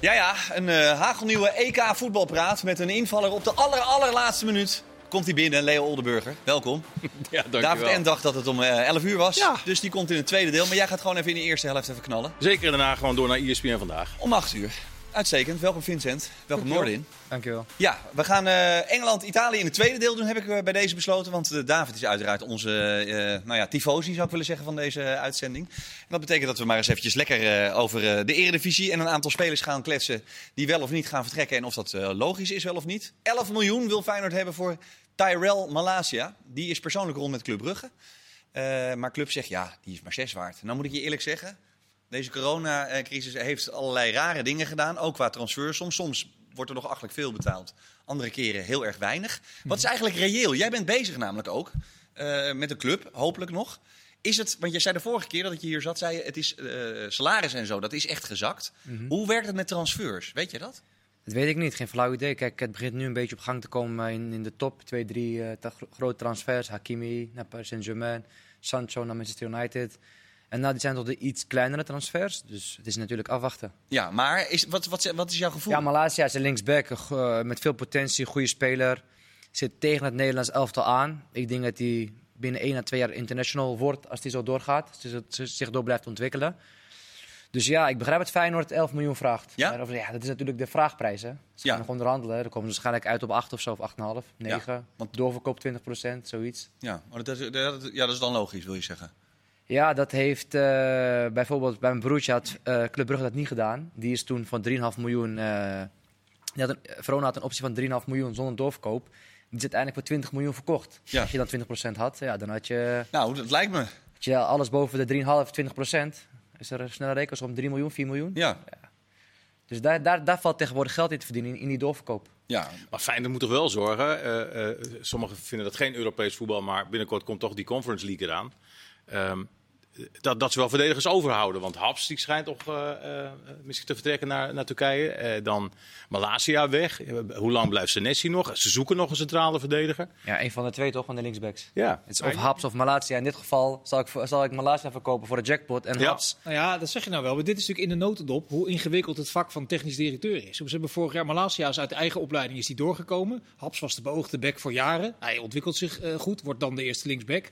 Ja, ja, een eh, hagelnieuwe EK voetbalpraat met een invaller op de aller, allerlaatste minuut. Komt hij binnen, Leo Oldenburger. Welkom. Ja, dankjewel. David N dacht dat het om eh 11 uur was, Ja. dus die komt in het tweede deel. Maar jij gaat gewoon even in de eerste helft even knallen. Zeker en daarna gewoon door naar E ESPN vandaag. Om 8 uur. Uitstekend. Welkom Vincent. Welkom Noordin. Dankjewel. Ja, we gaan eh, Engeland-Italië in het tweede deel doen, heb ik eh, bij deze besloten. Want eh, David is uiteraard onze eh, eh, nou ja, tifosi, zou ik willen zeggen, van deze eh, uitzending. En dat betekent dat we maar eens eventjes lekker eh, over eh, de eredivisie en een aantal spelers gaan kletsen... die wel of niet gaan vertrekken en of dat eh, logisch is wel of niet. 11 miljoen wil Feyenoord hebben voor Tyrell Malasia. Die is persoonlijk rond met Club Brugge. Eh, maar Club zegt, ja, die is maar 6 waard. Nou moet ik je eerlijk zeggen, deze coronacrisis heeft allerlei rare dingen gedaan, ook qua transfer. Soms, soms wordt er nog achtelijk veel betaald, andere keren heel erg weinig. Wat Mhm. is eigenlijk reëel? Jij bent bezig namelijk ook eh, met de club, hopelijk nog. Is het, want jij zei de vorige keer dat je hier zat, zei je, het is eh, salaris en zo, dat is echt gezakt. Mhm. Hoe werkt het met transfers? Weet je dat? Dat weet ik niet, geen flauw idee. Kijk, het begint nu een beetje op gang te komen eh, in, in de top. Twee, drie eh, ta- gro- grote transfers. Hakimi naar Paris Saint-Germain, Sancho naar Manchester United. En nou, dit zijn toch de iets kleinere transfers. Dus het is natuurlijk afwachten. Ja, maar is, wat, wat, wat is jouw gevoel? Ja, Malasia is een linksback een go- eh, met veel potentie, goede speler. Zit tegen het Nederlands elftal aan. Ik denk dat hij binnen 1 à 2 jaar international wordt als hij zo doorgaat. Als hij zo- zich door blijft ontwikkelen. Dus ja, ik begrijp dat Feyenoord 11 miljoen vraagt. Ja? Maar of- ja dat is natuurlijk de vraagprijs. Hè? Ze Ja. gaan nog onderhandelen. Dan komen ze waarschijnlijk uit op 8 of zo, of 8,5, 9. want- Doorverkoop 20 zoiets. Ja, maar dat, is- dat- ja, dat is dan logisch, wil je zeggen. Ja, dat heeft eh, bijvoorbeeld bij mijn broertje had eh, Club Brugge dat niet gedaan. Die is toen van 3,5 miljoen. eh die had een, Verona had een optie van 3,5 miljoen zonder doorverkoop. Die is uiteindelijk voor 20 miljoen verkocht. Ja. Als je dan 20% had, ja, dan had je, Nou, dat lijkt me. had je alles boven de 3,5, 20%. Is er een snelle rekens om 3 miljoen, 4 miljoen. Ja, Dus daar, daar, daar valt tegenwoordig geld in te verdienen, in, in die doorverkoop. ja. Maar Feyenoord moet toch wel zorgen. eh, eh, sommigen vinden dat geen Europees voetbal, maar binnenkort komt toch die Conference League eraan. Ehm, dat, dat ze wel verdedigers overhouden. Want Haps die schijnt toch eh, eh, misschien te vertrekken naar, naar Turkije. Eh, dan Malasia weg. Eh, hoe lang blijft Senesi nog? Ze zoeken nog een centrale verdediger. Ja, een van de twee toch, van de linksbacks. Ja. Het is of Haps of Malatia. In dit geval zal ik, zal ik Malatia verkopen voor de jackpot en Ja. Haps. Nou ja, dat zeg je nou wel. Maar dit is natuurlijk in de notendop hoe ingewikkeld het vak van technisch directeur is. Ze hebben vorig jaar Malasia is uit de eigen opleiding is die doorgekomen. Haps was de beoogde back voor jaren. Hij ontwikkelt zich eh, goed, wordt dan de eerste linksback.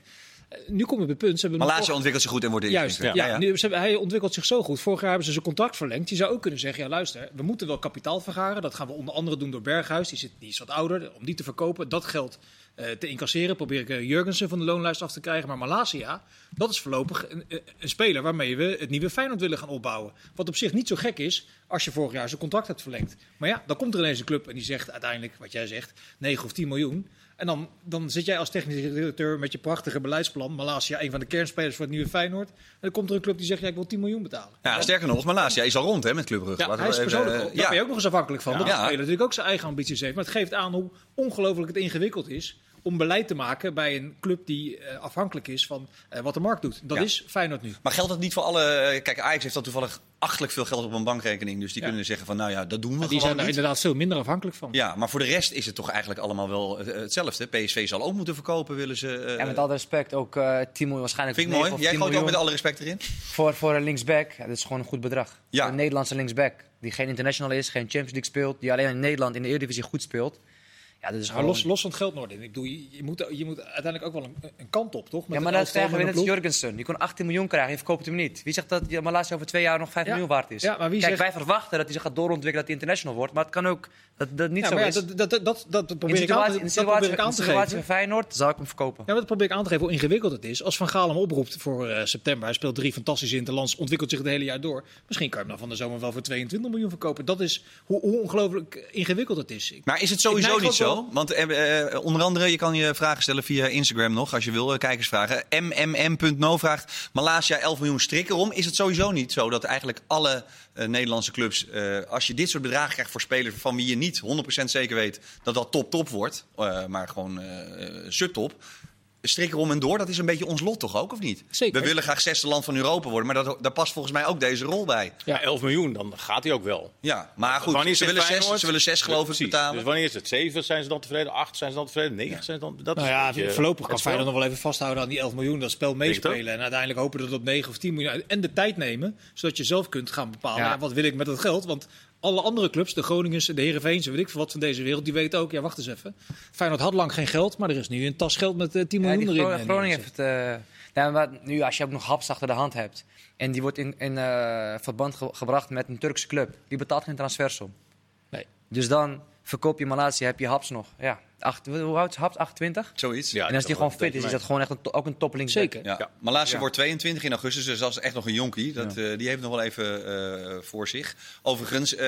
Eh, nu kom je bij het punt. Ze hebben hem Malasia voor- ontwikkelt zich goed en wordt de Juist, ja. eerste. nu hebben ze- hij ontwikkelt zich zo goed. Vorig jaar hebben ze zijn contract verlengd. Je zou ook kunnen zeggen, ja luister, we moeten wel kapitaal vergaren. Dat gaan we onder andere doen door Berghuis. Die, zit, die is wat ouder, om die te verkopen. Dat geld eh, te incasseren. Probeer ik eh, Jurgensen van de loonlijst af te krijgen. Maar Malasia, dat is voorlopig een, eh, een speler waarmee we het nieuwe Feyenoord willen gaan opbouwen. Wat op zich niet zo gek is, als je vorig jaar zijn contract hebt verlengd. Maar ja, dan komt er ineens een club en die zegt uiteindelijk, wat jij zegt, 9 of 10 miljoen. En dan, dan zit jij als technisch directeur met je prachtige beleidsplan. Malasia, een van de kernspelers voor het nieuwe Feyenoord. En dan komt er een club die zegt, ja, ik wil 10 miljoen betalen. Ja, sterker nog, Malasia is al rond hè, met Club Brugge. Ja, Laten hij we is even, persoonlijk, eh, daar ben je ook nog eens afhankelijk van. Dat de Ja. speler natuurlijk ook zijn eigen ambities heeft. Maar het geeft aan hoe ongelooflijk het ingewikkeld is om beleid te maken bij een club die eh, afhankelijk is van eh, wat de markt doet. Dat Ja. is Feyenoord nu. Maar geldt dat niet voor alle... eh, Kijk, Ajax heeft dan toevallig achtelijk veel geld op een bankrekening. Dus die Ja. kunnen zeggen van, nou ja, dat doen we die gewoon zijn daar niet. inderdaad veel minder afhankelijk van. Ja, maar voor de rest is het toch eigenlijk allemaal wel eh, hetzelfde. PSV zal ook moeten verkopen, willen ze... eh, En met alle respect, ook eh 10 miljoen waarschijnlijk. vind ik negen mooi. of Jij 10 gooit ook met miljoen alle respect erin. voor, voor een linksback. Ja, dat is gewoon een goed bedrag. Ja. Voor Een Nederlandse linksback die geen international is, geen Champions League speelt, die alleen in Nederland in de Eredivisie goed speelt. Ja, dat is Maar gewoon... los, los van het geld, Noordin. Ik bedoel, je, je moet, je moet uiteindelijk ook wel een, een kant op, toch? Met ja, maar een dat elftal, krijgen we met net een ploeg. Jurgensen. Die kon 18 miljoen krijgen, je verkoopt hem niet. Wie zegt dat Malasia over twee jaar nog 5 Ja. miljoen waard is? Ja, maar wie Kijk, zegt- wij verwachten dat hij zich gaat doorontwikkelen, dat hij international wordt. Maar het kan ook dat dat niet Ja, zo maar ja, is. dat, dat, dat, dat, dat in probeer de ik aan situatie, te- in de dat probeer situatie, in ik aan de te situatie geven. van Feyenoord zou ik hem verkopen. Ja, maar dat probeer ik aan te geven hoe ingewikkeld het is. Als Van Gaal hem oproept voor eh, september, hij speelt drie fantastische interlands, ontwikkelt zich het hele jaar door. Misschien kan je hem dan van de zomer wel voor 22 miljoen verkopen. Dat is hoe, hoe ongelooflijk ingewikkeld het is. Ik- Maar is het Ik sowieso neig niet ook zo? wel- Want eh, eh, onder andere, je kan je vragen stellen via Instagram nog, als je wil, eh, kijkersvragen. mmm.no vraagt, Malasia 11 miljoen strikken om. Is het sowieso niet zo dat eigenlijk alle eh, Nederlandse clubs, eh, als je dit soort bedragen krijgt voor spelers van wie je niet 100% zeker weet dat dat top-top wordt, eh, maar gewoon eh, eh, subtop... Strikken om en door, dat is een beetje ons lot toch ook, of niet? Zeker. We willen graag zesde land van Europa worden, maar dat, daar past volgens mij ook deze rol bij. Ja, 11 miljoen, dan gaat hij ook wel. Ja, maar goed, is ze het willen, zes, Feyenoord? ze willen zes geloof ik Precies. betalen. Dus wanneer is het? 7 zijn ze dan tevreden? 8 zijn ze dan tevreden? 9 zijn ze dan... Dat Nou is ja, een beetje voorlopig kan het spel. Feyenoord nog wel even vasthouden aan die 11 miljoen. Dat spel het meespelen. En uiteindelijk hopen dat het op 9 of 10 miljoen. En de tijd nemen, zodat je zelf kunt gaan bepalen. Ja. ja, wat wil ik met dat geld? Want Alle andere clubs, de Groningers, de Heerenveense, weet ik veel wat van deze wereld, die weten ook, ja wacht eens even. Feyenoord had lang geen geld, maar er is nu een tas geld met eh, 10 Ja, miljoen die erin. Gro- eh, Groningen neergezet. heeft het. nou, maar nu, als je ook nog haps achter de hand hebt. En die wordt in, in eh, verband ge- gebracht met een Turkse club. Die betaalt geen transfersom. Nee. Dus dan verkoop je Malasia, heb je haps nog. Ja. Acht, hoe houdt haps? 28? Zoiets. Ja, en als die dat- gewoon fit is, is dat gewoon echt een to- ook een toppeling. Zeker. Ja. Ja. Malasia Ja. wordt 22 in augustus, dus dat is echt nog een jonkie. Dat, eh, die heeft nog wel even eh, voor zich. Overigens, eh,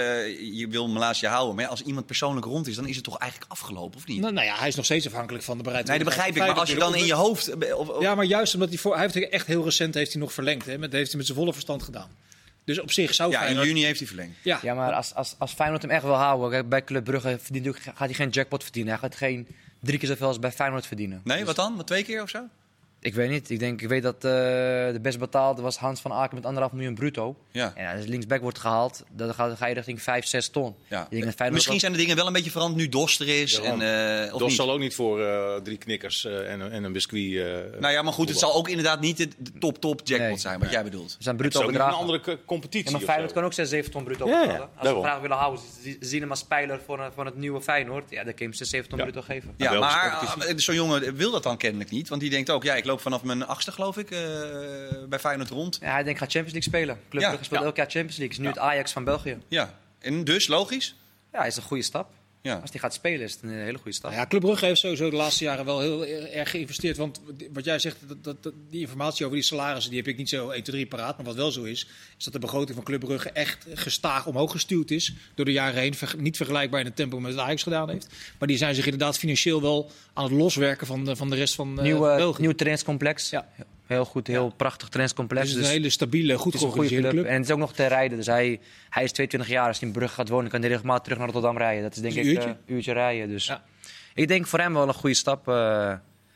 je wil Malasia houden, maar ja, als iemand persoonlijk rond is, dan is het toch eigenlijk afgelopen, of niet? Nou, nou ja, hij is nog steeds afhankelijk van de bereidheid. nee, dat begrijp ik. Maar als je dan in je hoofd... eh, of- of- Ja, maar juist omdat hij voor, hij heeft echt heel recent heeft hij nog verlengd, hè? Met, heeft hij met zijn volle verstand gedaan. Dus op zich zou ja, in Feyenoord- juni heeft hij verlengd. Ja, Ja, maar als, als, als Feyenoord hem echt wil houden, kijk, bij Club Brugge verdient hij ook- gaat hij geen jackpot verdienen. Hij gaat geen drie keer zoveel als bij Feyenoord verdienen. Nee, wat dan? Wat twee keer of zo? Ik weet niet. Ik, denk, ik weet dat eh, de best betaalde was Hans van Aken met anderhalf miljoen bruto. Ja. En als linksback wordt gehaald, dan ga, dan ga je richting 5, 6 ton. Ja. Ik denk dat Feyenoord Misschien ook- zijn de dingen wel een beetje veranderd nu Dost er is. Daarom. En, eh, of Dos niet? zal ook niet voor eh, drie knikkers eh, en, een- en een biscuit. eh, Nou ja, maar goed, het voetballen. zal ook inderdaad niet de de top-top jackpot Nee. zijn, wat jij bedoelt. we zijn Het is bruto ook niet een bedragen. andere k- competitie. Ja, maar of Feyenoord zo. kan ook 6, 7 ton bruto Ja, ja, betalen. Als we daarom. graag willen houden, ze- ze zien hem als speler van, eh, van het nieuwe Feyenoord. Ja, dan kun je hem 6, 7 ton Ja. bruto geven. Ja, Belgische maar competitie. eh, zo'n jongen wil dat dan kennelijk niet. Want die denkt ook, ja, ik loop vanaf mijn achtste, geloof ik, eh, bij Feyenoord rond. Ja, hij denkt, ga Champions League spelen. Club Ja, Brugge speelt ja. elk jaar Champions League. Is nu het Ajax van België. Ja, en dus, logisch. Ja, is een goede stap. Ja. Als hij gaat spelen, is het een hele goede stap. Nou ja, Club Brugge heeft sowieso de laatste jaren wel heel e- erg geïnvesteerd. Want wat jij zegt, dat, dat, dat- die informatie over die salarissen, die heb ik niet zo 1, 2, 3 paraat. Maar wat wel zo is, is dat de begroting van Club Brugge echt gestaag omhoog gestuurd is. Door de jaren heen, Verg- niet vergelijkbaar in het tempo met wat Ajax gedaan heeft. Maar die zijn zich inderdaad financieel wel aan het loswerken van de, van de rest van eh, Nieuw, eh, België. nieuw trainingscomplex. Ja. Heel goed, heel prachtig Dus trainingscomplex. het is Dus een hele stabiele, goed het is een goede georganiseerde club. club. En het is ook nog te rijden. Dus hij, hij is 22 jaar. Als hij in Brugge gaat wonen, kan hij regelmatig terug naar Rotterdam rijden. Dat is denk Een ik eh, uurtje. een uurtje rijden. Dus Ja. ik denk voor hem wel een goede stap eh,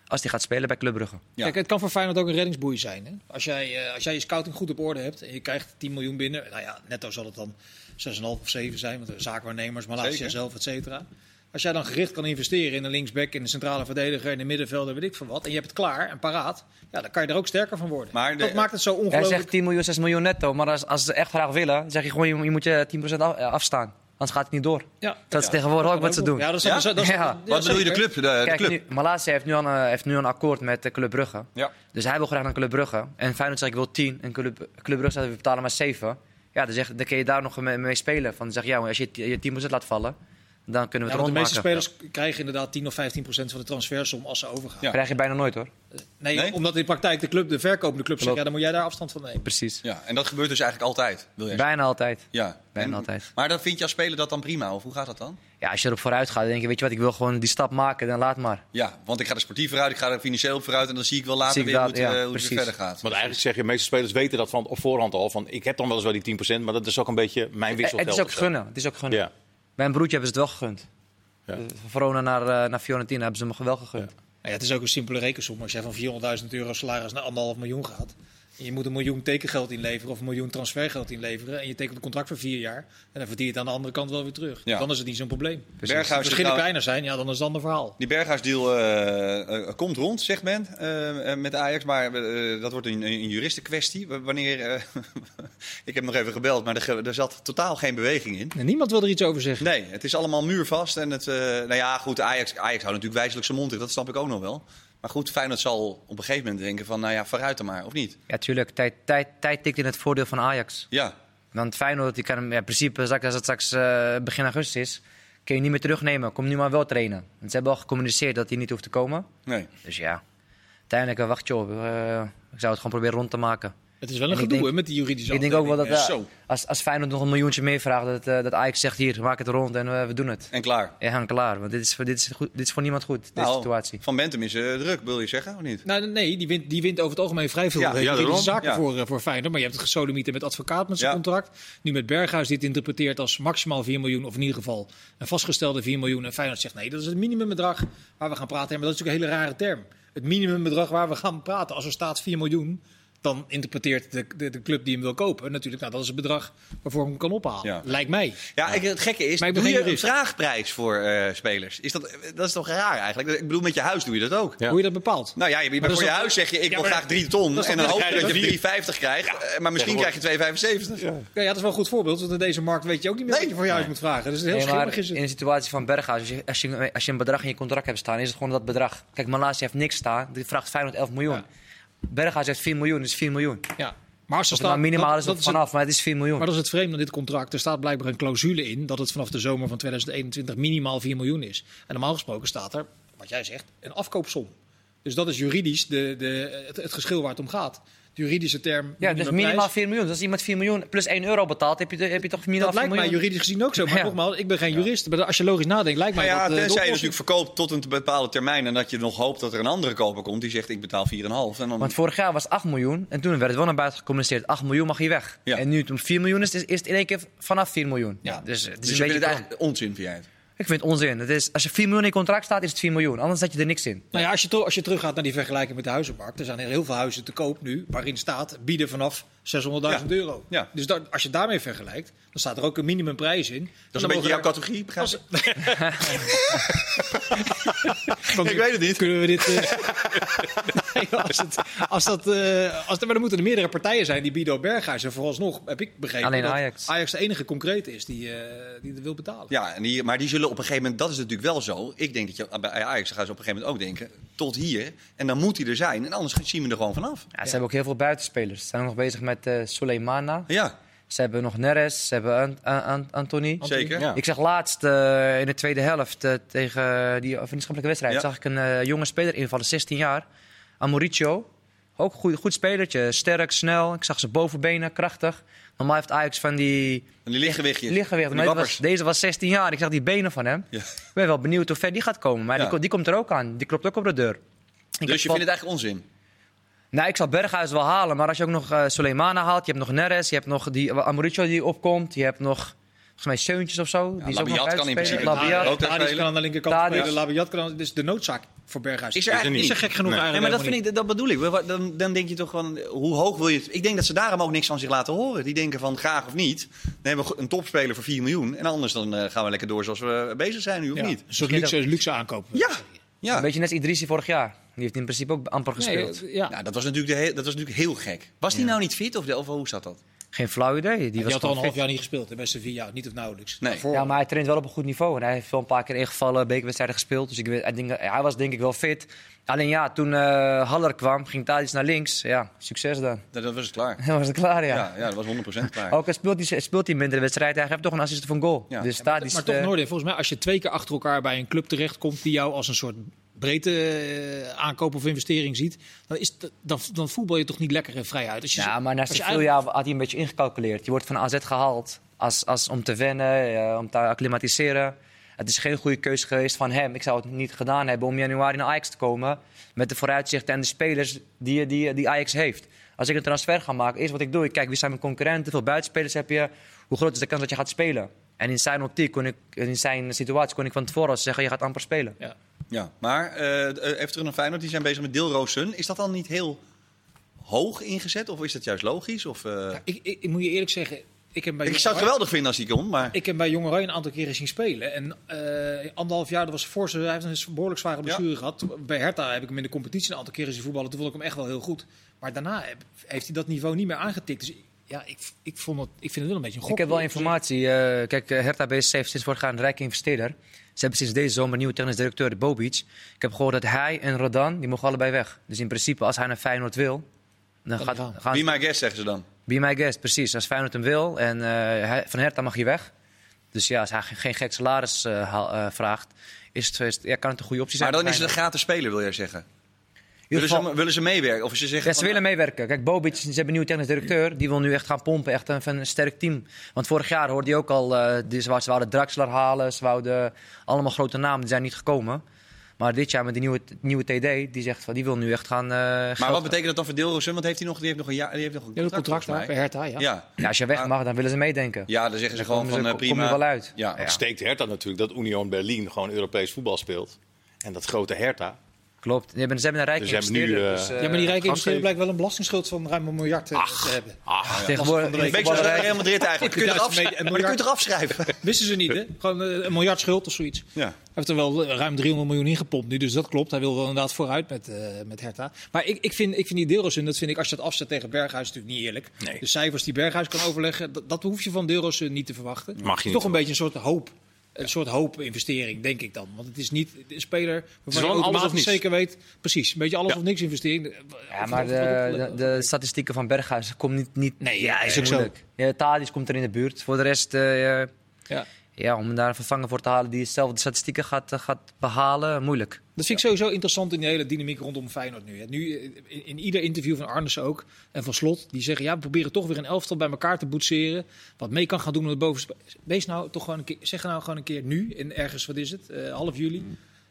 als hij gaat spelen bij Club Brugge. Ja. Kijk, het kan voor Feyenoord ook een reddingsboei zijn. Hè? Als, jij, eh, als jij je scouting goed op orde hebt en je krijgt 10 miljoen binnen. Nou ja, netto zal het dan 6,5 of 7 zijn. Want de zaakwaarnemers, Malaysia Zeker. zelf, et cetera. Als jij dan gericht kan investeren in een linksback, in een centrale verdediger, in een middenvelder, weet ik veel wat. En je hebt het klaar en paraat. Ja, dan kan je er ook sterker van worden. Maar de- dat maakt het zo Hij ongelooflijk. zegt 10 miljoen, 6 miljoen netto. Maar als, als ze echt graag willen, zeg je gewoon, je, je moet je 10% af- eh, afstaan. Anders gaat het niet door. ja, Dat is tegenwoordig ook kan wat ze doen. Ja, dat is, dat is- dat is- Ja. ja, Wat bedoel je, de zeker. club? De, Eh, de Kijk, club. nu, Malasia heeft nu, al een, heeft nu al een akkoord met eh, Club Brugge. Ja. Dus hij wil graag naar Club Brugge. En Feyenoord zegt ik wil 10. En Club, Club Brugge zegt we betalen maar 7. Ja, dan, zeg, dan kun je daar nog mee, mee spelen. Van, dan zeg, je, ja, maar als je je 10% laat vallen, dan kunnen we Ja, het want de meeste rondmaken. spelers krijgen inderdaad 10 of 15 procent van de transfersom als ze overgaan. Ja. Krijg je bijna nooit hoor. Nee, Nee? omdat in de praktijk de club, de verkopende club zegt, Klopt. ja, dan moet jij daar afstand van nemen. Precies. Ja, en dat gebeurt dus eigenlijk altijd, wil jij Bijna altijd. zeggen. Ja. Bijna En- altijd. Maar dan vind je als speler dat dan prima, of hoe gaat dat dan? Ja, als je erop vooruit gaat, dan denk je, weet je wat, ik wil gewoon die stap maken, dan laat maar. Ja, want ik ga er sportief vooruit, ik ga er financieel op vooruit en dan zie ik wel later Zie ik weer dat, hoe, het, ja, eh, hoe het weer precies. verder gaat. Want eigenlijk zeg je, de meeste spelers weten dat van op voorhand al. Van, ik heb dan wel eens wel die 10%, maar dat is ook een beetje mijn Eh, wisselgeld. Het is ook of zo. gunnen. Het is ook gunnen. Ja. Mijn broertje hebben ze het wel gegund. Ja. Dus Van Verona naar, eh, naar Fiorentina hebben ze hem wel gegund. Nou ja, het is ook een simpele rekensom. Als jij van 400.000 euro salaris naar anderhalf miljoen gaat. En je moet een miljoen tekengeld inleveren of een miljoen transfergeld inleveren. En je tekent een contract voor vier jaar. En dan verdien je het aan de andere kant wel weer terug. Ja. Dan is het niet zo'n probleem. Berghuis Als de is verschillen nou- kleiner zijn, ja, dan is het een ander verhaal. Die Berghuis-deal eh, eh, komt rond, zegt men, eh, eh, met Ajax. Maar eh, dat wordt een, een juristenkwestie. W- Wanneer, eh, ik heb nog even gebeld, maar er, ge- er zat totaal geen beweging in. En niemand wil er iets over zeggen. Nee, het is allemaal muurvast. En het, eh, nou ja, goed, Ajax, Ajax houdt natuurlijk wijzelijk zijn mond in. Dat snap ik ook nog wel. Maar goed, Feyenoord zal op een gegeven moment denken van, nou ja, vooruit dan maar, of niet? Ja, tuurlijk. Tijd, tijd, tijd tikt in het voordeel van Ajax. Ja, Want Feyenoord, die kan hem ja, in principe, als het straks eh, begin augustus is, kun je niet meer terugnemen. Kom nu maar wel trainen. Want ze hebben al gecommuniceerd dat hij niet hoeft te komen. nee. Dus ja, uiteindelijk eh, wacht je op. Eh, ik zou het gewoon proberen rond te maken. Het is wel een En ik gedoe denk- hè, met die juridische ik denk ook wel dat afdeling, eh, eh, zo. als, als Feyenoord nog een miljoentje meer vraagt, dat, eh, dat Ajax zegt hier, maak het rond en eh, we doen het. En klaar. Ja, en klaar. Want dit is, voor- dit is, goed, dit is voor niemand goed, deze Nou, situatie. Van Bentum is eh, druk, wil je zeggen, of niet? afdeling. Nou, nee, die wint, die wint over het algemeen vrij veel Ja, eh, ja, juridische daarom. zaken Ja. voor, eh, voor Feyenoord. Maar je hebt het gesodemieten met advocaat met zijn Ja. contract. Nu met Berghuis die het interpreteert als maximaal 4 miljoen. Of in ieder geval een vastgestelde 4 miljoen. En Feyenoord zegt nee, dat is het minimumbedrag waar we gaan praten. Ja, Maar dat is natuurlijk een hele rare term. Het minimumbedrag waar we gaan praten. Als er staat 4 miljoen, dan interpreteert de, de, de club die hem wil kopen natuurlijk, nou, dat is het bedrag waarvoor ik hem kan ophalen. Ja. Lijkt mij. Ja, ik- het gekke is, Maar ik doe dus. ben geen je een jurist. vraagprijs voor eh, spelers? Is dat, dat is toch raar eigenlijk? Ik bedoel, met je huis doe je dat ook. Ja. Hoe je dat bepaalt. Nou ja, je, dat voor is je toch- huis zeg je, ik Ja, wil maar- graag 3 ton. dat is En dan toch- hoop Ja, je dat dat je 4,50 krijgt. eh, maar misschien krijg je 2,75. Ja, ja, dat is wel een goed voorbeeld, want in deze markt weet je ook niet meer Nee. wat je voor je huis moet vragen. Dus heel Nee, maar schimmig is het. in de situatie van Berghuis, als je, als, je, als je een bedrag in je contract hebt staan, is het gewoon dat bedrag. Kijk, Malasia heeft niks staan, die vraagt 511 miljoen. Ja. Berghuis heeft 4 miljoen, is 4 miljoen. Ja. Maar als er Of het nou staat, minimaal dat- is dat of het- vanaf, maar het is 4 miljoen. Maar dat is het vreemde aan dit contract. Er staat blijkbaar een clausule in dat het vanaf de zomer van 2021 minimaal 4 miljoen is. En normaal gesproken staat er, wat jij zegt, een afkoopsom. Dus dat is juridisch de, de, het, het geschil waar het om gaat. De juridische term. ja, dus minimumprijs. minimaal 4 miljoen. Dus als iemand 4 miljoen plus 1 euro betaalt, heb je, heb je toch minimaal Dat 4 lijkt mij miljoen. juridisch gezien ook zo. Maar Ja. nogmaals, ik ben geen jurist. Maar als je logisch nadenkt, lijkt mij Nou ja, dat. eh, de tenzij je oplossing- natuurlijk verkoopt tot een bepaalde termijn. En dat je nog hoopt dat er een andere koper komt die zegt, ik betaal 4,5. En dan... Want vorig jaar was het 8 miljoen en toen werd het wel naar buiten gecommuniceerd. 8 miljoen mag hier weg. Ja. En nu het om 4 miljoen is, is, is het in één keer vanaf 4 miljoen. Ja. Dus, het is dus een je vindt beetje het eigenlijk onzin, vind jij het? Ik vind het onzin. Het is, als je 4 miljoen in je contract staat, is het 4 miljoen. Anders zet je er niks in. Nou ja, als je, ter- als je teruggaat naar die vergelijking met de huizenmarkt. Er zijn heel veel huizen te koop nu. waarin staat bieden vanaf 600.000 Ja. euro. Ja. Dus daar- als je daarmee vergelijkt. dan staat er ook een minimumprijs in. Dat is een beetje jouw categorie, begrijp ik? Ik weet het niet. Kunnen we dit. eh, nee, als, het, als dat. eh, als, er- maar dan moeten er meerdere partijen zijn die bieden op Berghuis. En vooralsnog heb ik begrepen. Alleen dat Ajax. Ajax de enige concrete is die, eh die er wil betalen. Ja, en die, maar die zullen op een gegeven moment, dat is natuurlijk wel zo. Ik denk dat je bij Ajax gaan ze op een gegeven moment ook denken, tot hier. En dan moet hij er zijn. En anders zien we er gewoon vanaf. Ja, ze hebben ook heel veel buitenspelers. Ze zijn ook nog bezig met eh Soleimana. Ja, Ze hebben nog Neres. Ze hebben An- An- An- Anthony. zeker. Ja. Ik zag laatst eh, in de tweede helft eh, tegen die vriendschappelijke wedstrijd... Ja. zag ik een eh, jonge speler invallen, 16 jaar. Amoricio. Ook een goed, goed spelertje. Sterk, snel. Ik zag zijn bovenbenen, krachtig. Normaal heeft Ajax van die En die lichtgewichtjes. lichtgewichten. Die Maar dit wappers. was- deze was 16 jaar. Ik zag die benen van hem. Ja. Ik ben wel benieuwd hoe ver die gaat komen. Maar Ja. die, ko- die komt er ook aan. Die klopt ook op de deur. Ik heb Dus je wel- vindt het eigenlijk onzin? nou, ik zal Berghuis wel halen, maar als je ook nog eh Soleimana haalt, je hebt nog Neres, je hebt nog die Amoricio die opkomt, je hebt nog volgens mij Seuntjes of zo. die is ook nog Labiat kan in buitenspelen. principe Labiat, Labiat. ook daar Tadic spelen. kan aan de linkerkant Tadic. spelen. Labiat kan aan- Dus de noodzaak voor Berghuis. Is er eigenlijk niet. niet. Is er gek genoeg Nee. eigenlijk. Nee, maar dat, helemaal vind ik, dat bedoel ik. Wa- wa- Dan, dan denk je toch van, hoe hoog wil je het? Ik denk dat ze daarom ook niks van zich laten horen. Die denken van, graag of niet. Dan hebben we go- een topspeler voor 4 miljoen. En anders dan eh, gaan we lekker door zoals we bezig zijn nu, of Ja, niet? Een soort luxe, luxe aankoop. Ja, Een ja. beetje net als Idrissi vorig jaar. Die heeft in principe ook amper gespeeld. Nee, eh, ja. Nou, dat, was natuurlijk de heel, dat was natuurlijk heel gek. Was die nou niet fit of, de, of hoe zat dat? Geen flauw idee. Die, Die was had al gewoon een half fit. jaar niet gespeeld hè, bij Sevilla, niet of nauwelijks. Nee. Daarvoor. Ja, maar hij traint wel op een goed niveau. En hij heeft wel een paar keer ingevallen, bekerwedstrijden gespeeld. Dus ik weet, ik denk, hij was denk ik wel fit. Alleen ja, toen eh, Haller kwam, ging Tadic naar links. Ja, succes dan. Dat, dat was het klaar. Dan was het klaar, ja. Ja, ja, dat was 100% klaar. Ook al speelt hij, speelt hij minder wedstrijden, hij heeft toch een assist van goal. Ja. Dus maar, Tadic, maar toch, eh, Noordin, volgens mij als je twee keer achter elkaar bij een club terechtkomt die jou als een soort breedte eh, aankoop of investering ziet, dan, is dat, dan, dan voetbal je toch niet lekker en vrij uit. Als je Ja, zo- maar na dus- als je Sevilla had hij een beetje ingecalculeerd. Je wordt van AZ gehaald als, als, om te wennen, eh, om te acclimatiseren. Het is geen goede keuze geweest van hem. Ik zou het niet gedaan hebben om januari naar Ajax te komen. Met de vooruitzichten en de spelers die, die, die Ajax heeft. Als ik een transfer ga maken, eerst wat ik doe. Ik kijk wie zijn mijn concurrenten, hoeveel buitenspelers heb je. Hoe groot is de kans dat je gaat spelen? En in zijn optiek, kon ik, in zijn situatie, kon ik van tevoren al zeggen: je gaat amper spelen. Ja. Ja, maar eh, eh, even terug naar Feyenoord. Die zijn bezig met Dilrosun. Is dat dan niet heel hoog ingezet? Of is dat juist logisch? Of, eh, Ja, ik, ik, ik moet je eerlijk zeggen, ik heb bij ik zou Jong het Oranje- geweldig vinden als hij kon, maar... Ik heb bij Jong Oranje een aantal keren zien spelen. En eh, anderhalf jaar, dat was voor ze. Hij heeft een behoorlijk zware blessure gehad. Toen- Bij Hertha heb ik hem in de competitie een aantal keren zien voetballen. Toen vond ik hem echt wel heel goed. Maar daarna heb- heeft hij dat niveau niet meer aangetikt. Dus ja, ik, ik, vond het, ik vind het wel een beetje een gok. Ik heb wel informatie. Eh, kijk, eh, Hertha BSC heeft sinds vorig jaar een rijke investeerder. Ze hebben sinds deze zomer een nieuwe technisch directeur, de Bobic. Ik heb gehoord dat hij en Rodan, die mogen allebei weg. Dus in principe, als hij naar Feyenoord wil, dan Kan hij gaat, gaan. gaan Be my guest, zeggen ze dan. Be my guest, precies. Als Feyenoord hem wil en eh, hij- van Hertha mag hij weg. Dus ja, als hij geen, geen gek salaris eh, haal- eh, vraagt, is het, is het- ja, kan het een goede optie Maar zijn. dan voor is het een gratis Feyenoord. speler, wil jij zeggen. In ieder Willen geval- ze, willen ze meewerken? Of ze zeggen Ja, ze van, nou, willen meewerken. Kijk, Bobic, ze hebben een nieuwe technisch directeur. Die wil nu echt gaan pompen. Echt een, van een sterk team. Want vorig jaar hoorde je ook al... eh, die, ze, wou- ze wouden Draxler halen. Ze wouden allemaal grote namen. Die zijn niet gekomen. Maar dit jaar met die nieuwe, nieuwe TD... Die zegt van, die wil nu echt gaan... eh, Maar geld- wat betekent dat dan voor Dilrosun? Want heeft hij nog, die heeft nog een jaar, die heeft nog een Ja, dat contract, contract volgens bij mij. Hertha, ja. Ja. Ja, als je weg mag, dan willen ze meedenken. ja, dan zeggen ze gewoon komen van ze- eh, kom- prima. kom je wel uit. Ja. Het steekt Hertha natuurlijk dat Union Berlin gewoon Europees voetbal speelt. En dat grote Hertha Klopt. Ze hebben, ze hebben een rijke Dus ze hebben nu, investeerder. eh, dus, eh, ja, maar die rijke investeerder gastgever. blijkt wel een belastingsschuld van ruim een miljard eh, te hebben. Ah, tegenwoordig Een beetje zoals bij Real Madrid eigenlijk. Je kunt eraf, 50.000 maar je meter- kunt eraf schrijven. Wisten ze niet, hè? Gewoon eh, een miljard schuld of zoiets. Ja. Hij heeft er wel eh, ruim 300 miljoen in gepompt nu, dus dat klopt. Hij wil wel inderdaad vooruit met, eh, met Hertha. Maar ik, ik, vind, ik vind die Deelrosun, dat vind ik als je dat afzet tegen Berghuis natuurlijk niet eerlijk. Nee. De cijfers die Berghuis kan overleggen, dat, dat hoef je van Deelrosun niet te verwachten. Mag je niet Toch een beetje een soort hoop. Een soort hoop investering, denk ik dan. Want het is niet een speler is wel waarvan je een alles of automatisch niets. zeker weet. Precies, een beetje alles Ja. of niks investering. Ja, maar de, de, de statistieken van Berghuis komt niet, niet Nee, ja, ja, is is ook zo. moeilijk. Ja, Tadic komt er in de buurt. Voor de rest, eh, eh, Ja. ja, om hem daar een vervanger voor te halen die zelf de statistieken gaat, eh, gaat behalen, moeilijk. Dat vind ik sowieso interessant in de hele dynamiek rondom Feyenoord nu. hè. Nu eh, in, in ieder interview van Arnes ook en van Slot, die zeggen ja, we proberen toch weer een elftal bij elkaar te boetseren, wat mee kan gaan doen aan de bovenste. Wees nou toch gewoon een keer, zeg nou gewoon een keer nu in ergens wat is het, eh, half juli.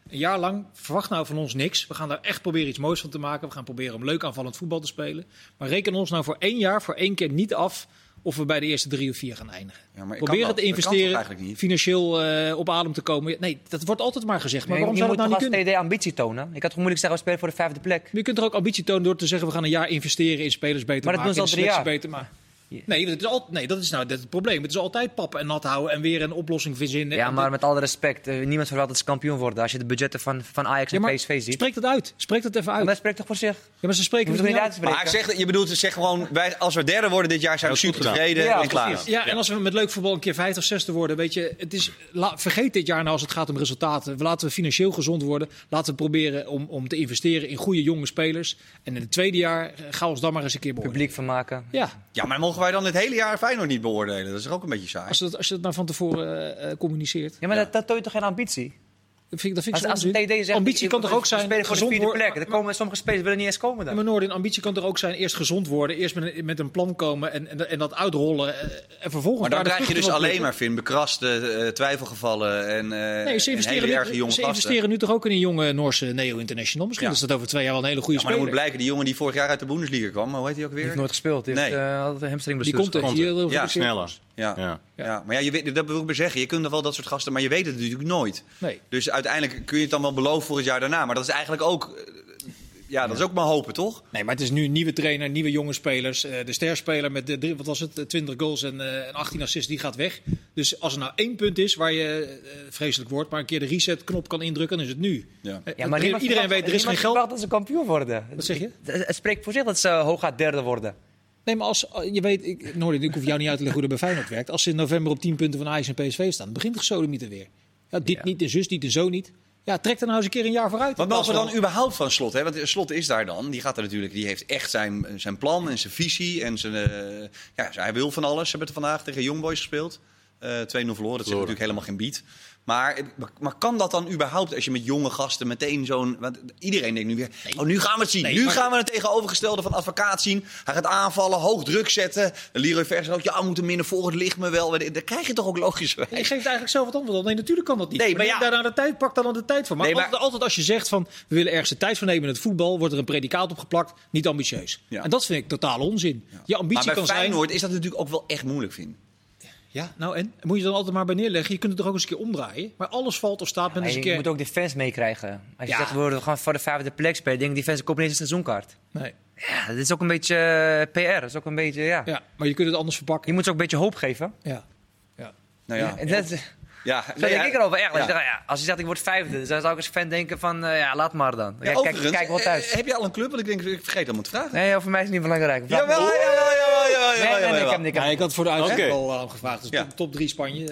Een jaar lang verwacht nou van ons niks. We gaan daar echt proberen iets moois van te maken. We gaan proberen om leuk aanvallend voetbal te spelen. Maar reken ons nou voor één jaar, voor één keer niet af of we bij de eerste drie of vier gaan eindigen. Ja, maar ik kan Probeer dat. het te Dat kan toch investeren, eigenlijk niet? financieel eh, op adem te komen. Nee, dat wordt altijd maar gezegd. Maar Nee, waarom je zou moet dat nou niet toch kunnen? als TD ambitie tonen? Ik had toch moeilijk zeggen, we spelen voor de vijfde plek. Maar je kunt er ook ambitie tonen door te zeggen: we gaan een jaar investeren in spelers beter Maar dat maken, doen ze in de al selectie drie beter maken. Ja. Nee, dat is al, nee, dat is nou net het probleem. Het is altijd pappen en nat houden en weer een oplossing verzinnen. Ja, En maar dit- met alle respect, eh, niemand verwacht dat ze kampioen worden. Als je de budgetten van, van Ajax en Ja, maar PSV ziet. spreek dat uit. Spreek dat even Maar uit. dat spreekt toch voor zich? Je Ja, maar ze spreken moet het het niet niet uit. Maar ik uitspreken. zeg, je bedoelt, zeg gewoon, wij, als we derde worden dit jaar zijn we Ja, dat super is goed gedaan. tevreden Ja, en klaar. precies. Ja, en als we met leuk voetbal een keer vijfde of zesde worden, weet je, het is, la- vergeet dit jaar nou als het gaat om resultaten. We Laten we financieel gezond worden. Laten we proberen om, om te investeren in goede jonge spelers. En in het tweede jaar eh, ga ons dan maar eens een keer beoordelen. Publiek van maken. Ja, Ja, maar mogen wij dan het hele jaar Feyenoord niet beoordelen? Dat is toch ook een beetje saai. als je dat, als je dat nou van tevoren eh, eh, communiceert. Ja, maar dat, dat toont toch geen ambitie? Dat vind ik, dat vind ik Als, zo als een onzin. TD zegt... Ambitie ik- kan toch we ook zijn spelen voor de gezond vierde worden- plek. Dan komen sommige spelers willen niet eens komen Ja, dan. maar Noord, een ambitie kan er ook zijn eerst gezond worden, eerst met een, met een plan komen en, en, en dat uitrollen. eh, En vervolgens Maar dan daar de krijg je dus vruchten van alleen plukken. maar, Finn, bekraste eh, twijfelgevallen en, eh Nee, ze en hele investeren, erge nu, jonge ze gasten. investeren nu toch ook in een jonge Noorse neo-international. Misschien Ja. is dat over twee jaar wel een hele goede Ja, maar dan moet speler. blijken, die jongen die vorig jaar uit de Bundesliga kwam, hoe heet hij ook Die weer? heeft nooit gespeeld. Die heeft Nee. eh, altijd een Die hamstringblessure komt er. Komt Die er. heel- dus Ja, sneller. Ja. Ja. Ja. maar ja, je weet, dat wil ik maar zeggen. Je kunt nog wel dat soort gasten, maar je weet het natuurlijk nooit. Nee. Dus uiteindelijk kun je het dan wel beloven voor het jaar daarna. Maar dat is eigenlijk ook, eh, ja, dat is ook maar hopen, toch? nee, maar het is nu een nieuwe trainer, nieuwe jonge spelers. Eh, de sterspeler met de drie, wat was het, eh, 20 goals en, eh, en 18 assists, die gaat weg. Dus als er nou één punt is waar je, eh, vreselijk wordt, maar een keer de reset-knop kan indrukken, dan is het nu. Ja. Eh, Ja, want maar niemand iedereen verwacht- weet, er is geen niemand geld. verwacht dat ze kampioen worden. Wat zeg je? Het het spreekt voor zich dat ze eh, hooguit derde worden. Nee, maar als je weet, ik, Noordin, ik hoef jou niet uit te leggen hoe dat bij Feyenoord werkt. Als ze in november op 10 punten van Ajax en PSV staan, dan begint toch sodemieter weer. Ja, dit Ja. niet, en zus niet, en zo niet. Ja, trek er nou eens een keer een jaar vooruit. Wat In plaats mogen we dan van- überhaupt van slot? Hè? Want slot is daar dan. Die, gaat er natuurlijk, die heeft echt zijn, zijn plan en zijn visie. En zijn, eh, ja, hij wil van alles. Ze hebben het vandaag tegen Youngboys gespeeld. Eh 2-0 verloren. Dat is natuurlijk helemaal geen beat. Maar, maar kan dat dan überhaupt als je met jonge gasten meteen zo'n... Want iedereen denkt nu weer, oh nu gaan we het zien. nu gaan we het tegenovergestelde van advocaat zien. Hij gaat aanvallen, hoog druk zetten. Leroy Vers ook, ja, we moeten minder voor, het ligt me wel. Daar krijg je toch ook logisch bij. Ja, Je geeft eigenlijk zelf het antwoord op. Nee, natuurlijk kan dat niet. Nee, maar neem ja. daar nou de tijd, pak daar dan de tijd voor. Maar, Nee, maar- Altijd, altijd als je zegt van we willen ergens de tijd voor nemen in het voetbal, wordt er een predicaat op geplakt, niet ambitieus. Ja. En dat vind ik totaal onzin. Je ambitie maar bij kan Feyenoord is dat natuurlijk ook wel echt moeilijk, vind ik. zijn. Ja, nou en? Moet je dan altijd maar bij neerleggen. Je kunt het er ook eens een keer omdraaien. Maar alles valt of staat met Maar eens een je keer. moet ook de fans meekrijgen. Als je Ja. zegt, we worden gewoon voor de vijfde plek spelen, denk ik, die fans kopen niet eens een seizoenkaart. Nee. Ja, dat is ook een beetje eh, PR. Dat is ook een beetje, ja. Ja, maar je kunt het anders verpakken. Je moet ze ook een beetje hoop geven. Ja. Nou ja, En dat, dat ja. Nee, denk ja. ik erover. Echt. Als, Ja. je zegt, ja, als je zegt, ik word vijfde, dan zou ik als fan denken van, eh, ja, laat maar dan. Kijk, kijk, Overigens, kijk wel eh, thuis. eh, heb je al een club? Want ik denk, ik vergeet helemaal te vragen. Nee, voor mij is het niet belangrijk. Jawel, jawel, jawel, jawel, Nee, nee, jawel, nee, ik jawel. heb niks. Ja, ik had voor de uitzending Oké. al aan gevraagd. Dus Ja. top, top 3 Spanje.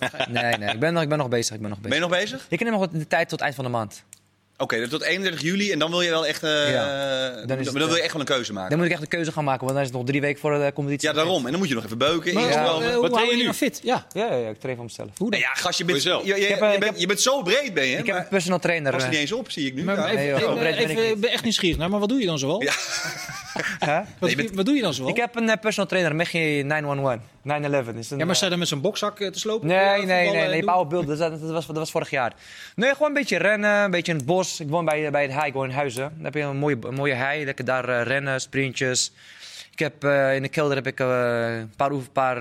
eh, Nee, nee, ik ben nog, ik ben nog bezig. Ik ben nog Ben je bezig. nog bezig? Ik heb nog wat de tijd tot eind van de maand. Oké, dus tot 31 juli en dan wil je wel echt, eh, Ja. dan, Dan is het, dan wil je eh, echt wel een keuze maken. Dan moet ik echt een keuze gaan maken, want dan is het nog drie weken voor de competitie. Ja, daarom. En dan moet je nog even beuken, maar ja. instromen. Wat eh, hoe hou train je je je nu? nou fit? Ja. Ja, ja, ja, ik train voor mezelf. Hoe dan? Nou ja, gast, je bent, Voor je, jezelf. je, Ik heb, je eh, ik bent, heb- je bent zo breed, ben je? Ik maar heb een personal trainer. past eh, niet eens op, zie ik nu. Maar Ja. even, nee, even- joh, breed ben ik even- niet. ik ben echt nieuwsgierig naar, maar wat doe je dan zoal? Ja. hè? Wat, je bent- wat doe je dan zoal? Ik heb een eh, personal trainer, Mechi 911. 911 is een. ja, maar eh, sta je dan met zo'n bokzak eh, te slopen? Nee, Eh, nee, voetballen nee, nee. en Je doen? hebt oude beelden. Dat, dat, was, dat was vorig jaar. Nee, gewoon een beetje rennen, een beetje in het bos. Ik woon bij, bij het hei, ik woon in Huizen. Dan heb je een mooie, een mooie hei. Lekker daar eh, rennen, sprintjes. Ik heb, eh, in de kelder heb ik eh, een paar, oefen, paar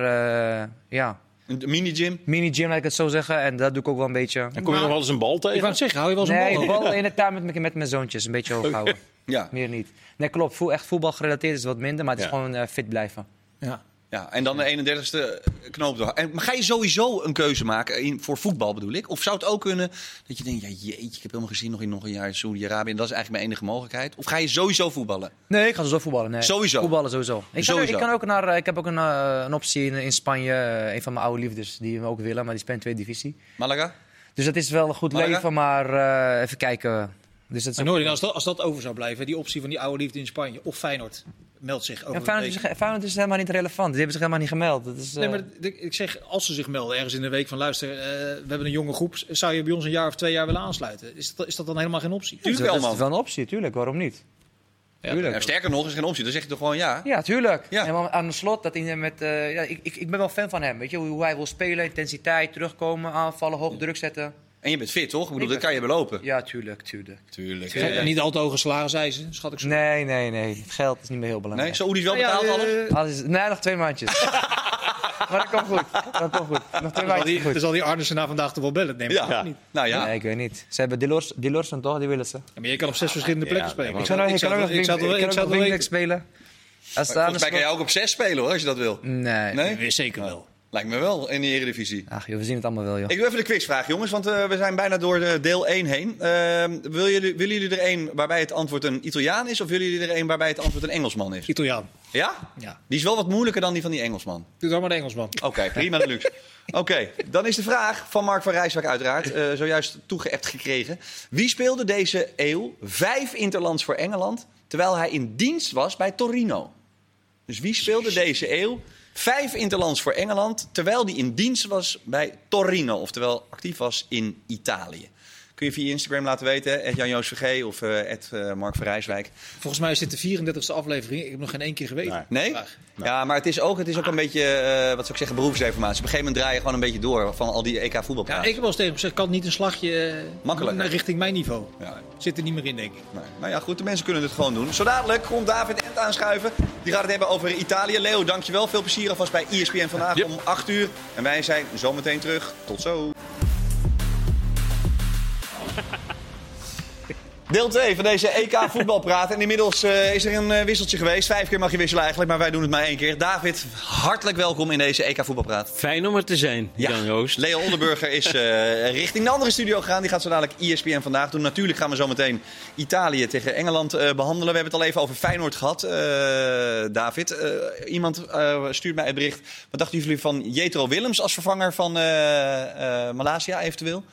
eh, ja, Een mini-gym. Mini-gym, laat ik het zo zeggen. En dat doe ik ook wel een beetje. En kom je Maar- nog wel eens een bal Ik wou tegen? het zeggen, hou je wel eens Nee, een ik bal? bal in de tuin met, mijn- met mijn zoontjes. Een beetje hoog houden. Ja. Meer niet. Nee, klopt. Voel, echt voetbal gerelateerd is wat minder. Maar het is Ja. gewoon eh, fit blijven. Ja. ja. En dan de 31ste knoop door. En, maar ga je sowieso een keuze maken eh, in, voor voetbal bedoel ik? Of zou het ook kunnen dat je denkt, ja jeetje, ik heb helemaal gezien nog in nog een jaar in Saudi-Arabië. En dat is eigenlijk mijn enige mogelijkheid. Of ga je sowieso voetballen? Nee, ik ga sowieso voetballen. Nee. Sowieso? Voetballen sowieso. Ik, Kan, Sowieso. ik, kan ook naar, eh, ik heb ook een, eh, een optie in, in Spanje. eh, een van mijn oude liefdes die we ook willen. Maar die speelt in tweede divisie. Malaga? Dus dat is wel een goed Malaga? leven. Maar eh, even kijken. Dus dat is Maar ook- Noordin, nou, als dat, als dat over zou blijven, die optie van die oude liefde in Spanje of Feyenoord, meldt zich over En een Feyenoord is, week. Feyenoord is helemaal niet relevant. Die hebben zich helemaal niet gemeld. Dat is, eh, Nee, maar ik ik zeg, als ze zich melden ergens in de week van luister, eh, we hebben een jonge groep, zou je bij ons een jaar of twee jaar willen aansluiten? Is dat, is dat dan helemaal geen optie? Tuurlijk dat wel, dus is man. wel een optie, tuurlijk. Waarom niet? Ja, sterker nog, is geen optie. Dan zeg je toch gewoon ja? Ja, tuurlijk. Ja. En dan aan de slot, dat hij met, eh, ja, ik, ik, ik ben wel fan van hem. Weet je, hoe hoe hij wil spelen, intensiteit, terugkomen, aanvallen, hoog druk zetten. En je bent fit, toch? Ik bedoel, Ik dat kan je belopen. Ja, tuurlijk, tuurlijk. Tuurlijk. Ja, en niet al te hoge salariseisen, schat ik zo. Nee, nee, nee. Het geld is niet meer heel belangrijk. Nee, Saoedi's wel Nou ja, betaald alles? eh, Alles is, nee, nog twee maandjes. maar dat komt goed. Dat komt goed. Nog twee Dan zal die, maandjes. dan Goed. zal die Arnissen na vandaag toch wel bellen, neem ik Ja. aan, of niet? Nou ja. Nee, ik weet niet. Ze hebben Dilors- Dilorsen toch? Die willen ze. Ja, Maar je kan op zes verschillende plekken Ja, spelen. maar- Ik Ik zou nog- ik kan zou ook het- nog ik zou het wel- Wing- ik ik kan zou ook het nog wel Wingback spelen. Als het aan de Volgens mij kan slot... jij ook op zes spelen, hoor, als je dat wil. Nee. Nee? weten. Zeker wel. Lijkt me wel, in de Eredivisie. Ach joh, we zien het allemaal wel joh. Ik doe even de quizvraag, jongens, want eh, we zijn bijna door eh, deel 1 heen. Ehm, wil jullie, willen jullie er één waarbij het antwoord een Italiaan is, of willen jullie er één waarbij het antwoord een Engelsman is? Italiaan. Ja? Ja. Die is wel wat moeilijker dan die van die Engelsman. Doe dan maar de Engelsman. Oké, prima de luxe. Oké, dan is de vraag van Mark van Rijswijk uiteraard, eh, zojuist toegeëpt gekregen. Wie speelde deze eeuw vijf interlands voor Engeland, terwijl hij in dienst was bij Torino? Dus wie speelde deze eeuw vijf interlands voor Engeland, terwijl die in dienst was bij Torino, oftewel actief was in Italië? Kun je via Instagram laten weten, at Jan-Joos VG of eh at, eh, Mark van Rijswijk. Volgens mij is dit de 34e aflevering. Ik heb nog geen één keer geweten. Nee. Nee? Vraag. Ja, maar het is ook, het is ook een beetje, eh, wat zou ik zeggen, beroepsdeformatie. Op een gegeven moment draai je gewoon een beetje door van al die E ek Ja, voetbalpraat. ik heb wel eens tegen hem gezegd, kan het niet een slagje eh, Makkelijker. naar richting mijn niveau? Ja, Zit er niet meer in, denk ik. nee. Nou ja, goed, de mensen kunnen het gewoon doen. Zo dadelijk komt David Ent aanschuiven. Die gaat het hebben over Italië. Leo, dankjewel. Veel plezier alvast bij E ESPN vandaag Yep. om 8 uur. En wij zijn zo meteen terug. Tot zo. Deel 2 van deze EK voetbalpraat. En inmiddels eh, is er een eh, wisseltje geweest. Vijf keer mag je wisselen eigenlijk, maar wij doen het maar één keer. David, hartelijk welkom in deze EK voetbalpraat. Fijn om er te zijn, Jan Joost. Leo Onderburger is eh, richting de andere studio gegaan. Die gaat zo dadelijk E ESPN vandaag doen. Natuurlijk gaan we zo meteen Italië tegen Engeland eh, behandelen. We hebben het al even over Feyenoord gehad, eh, David. Eh, iemand eh, stuurt mij een bericht. Wat dachten jullie van Jetro Willems als vervanger van eh, eh, Malaysia eventueel?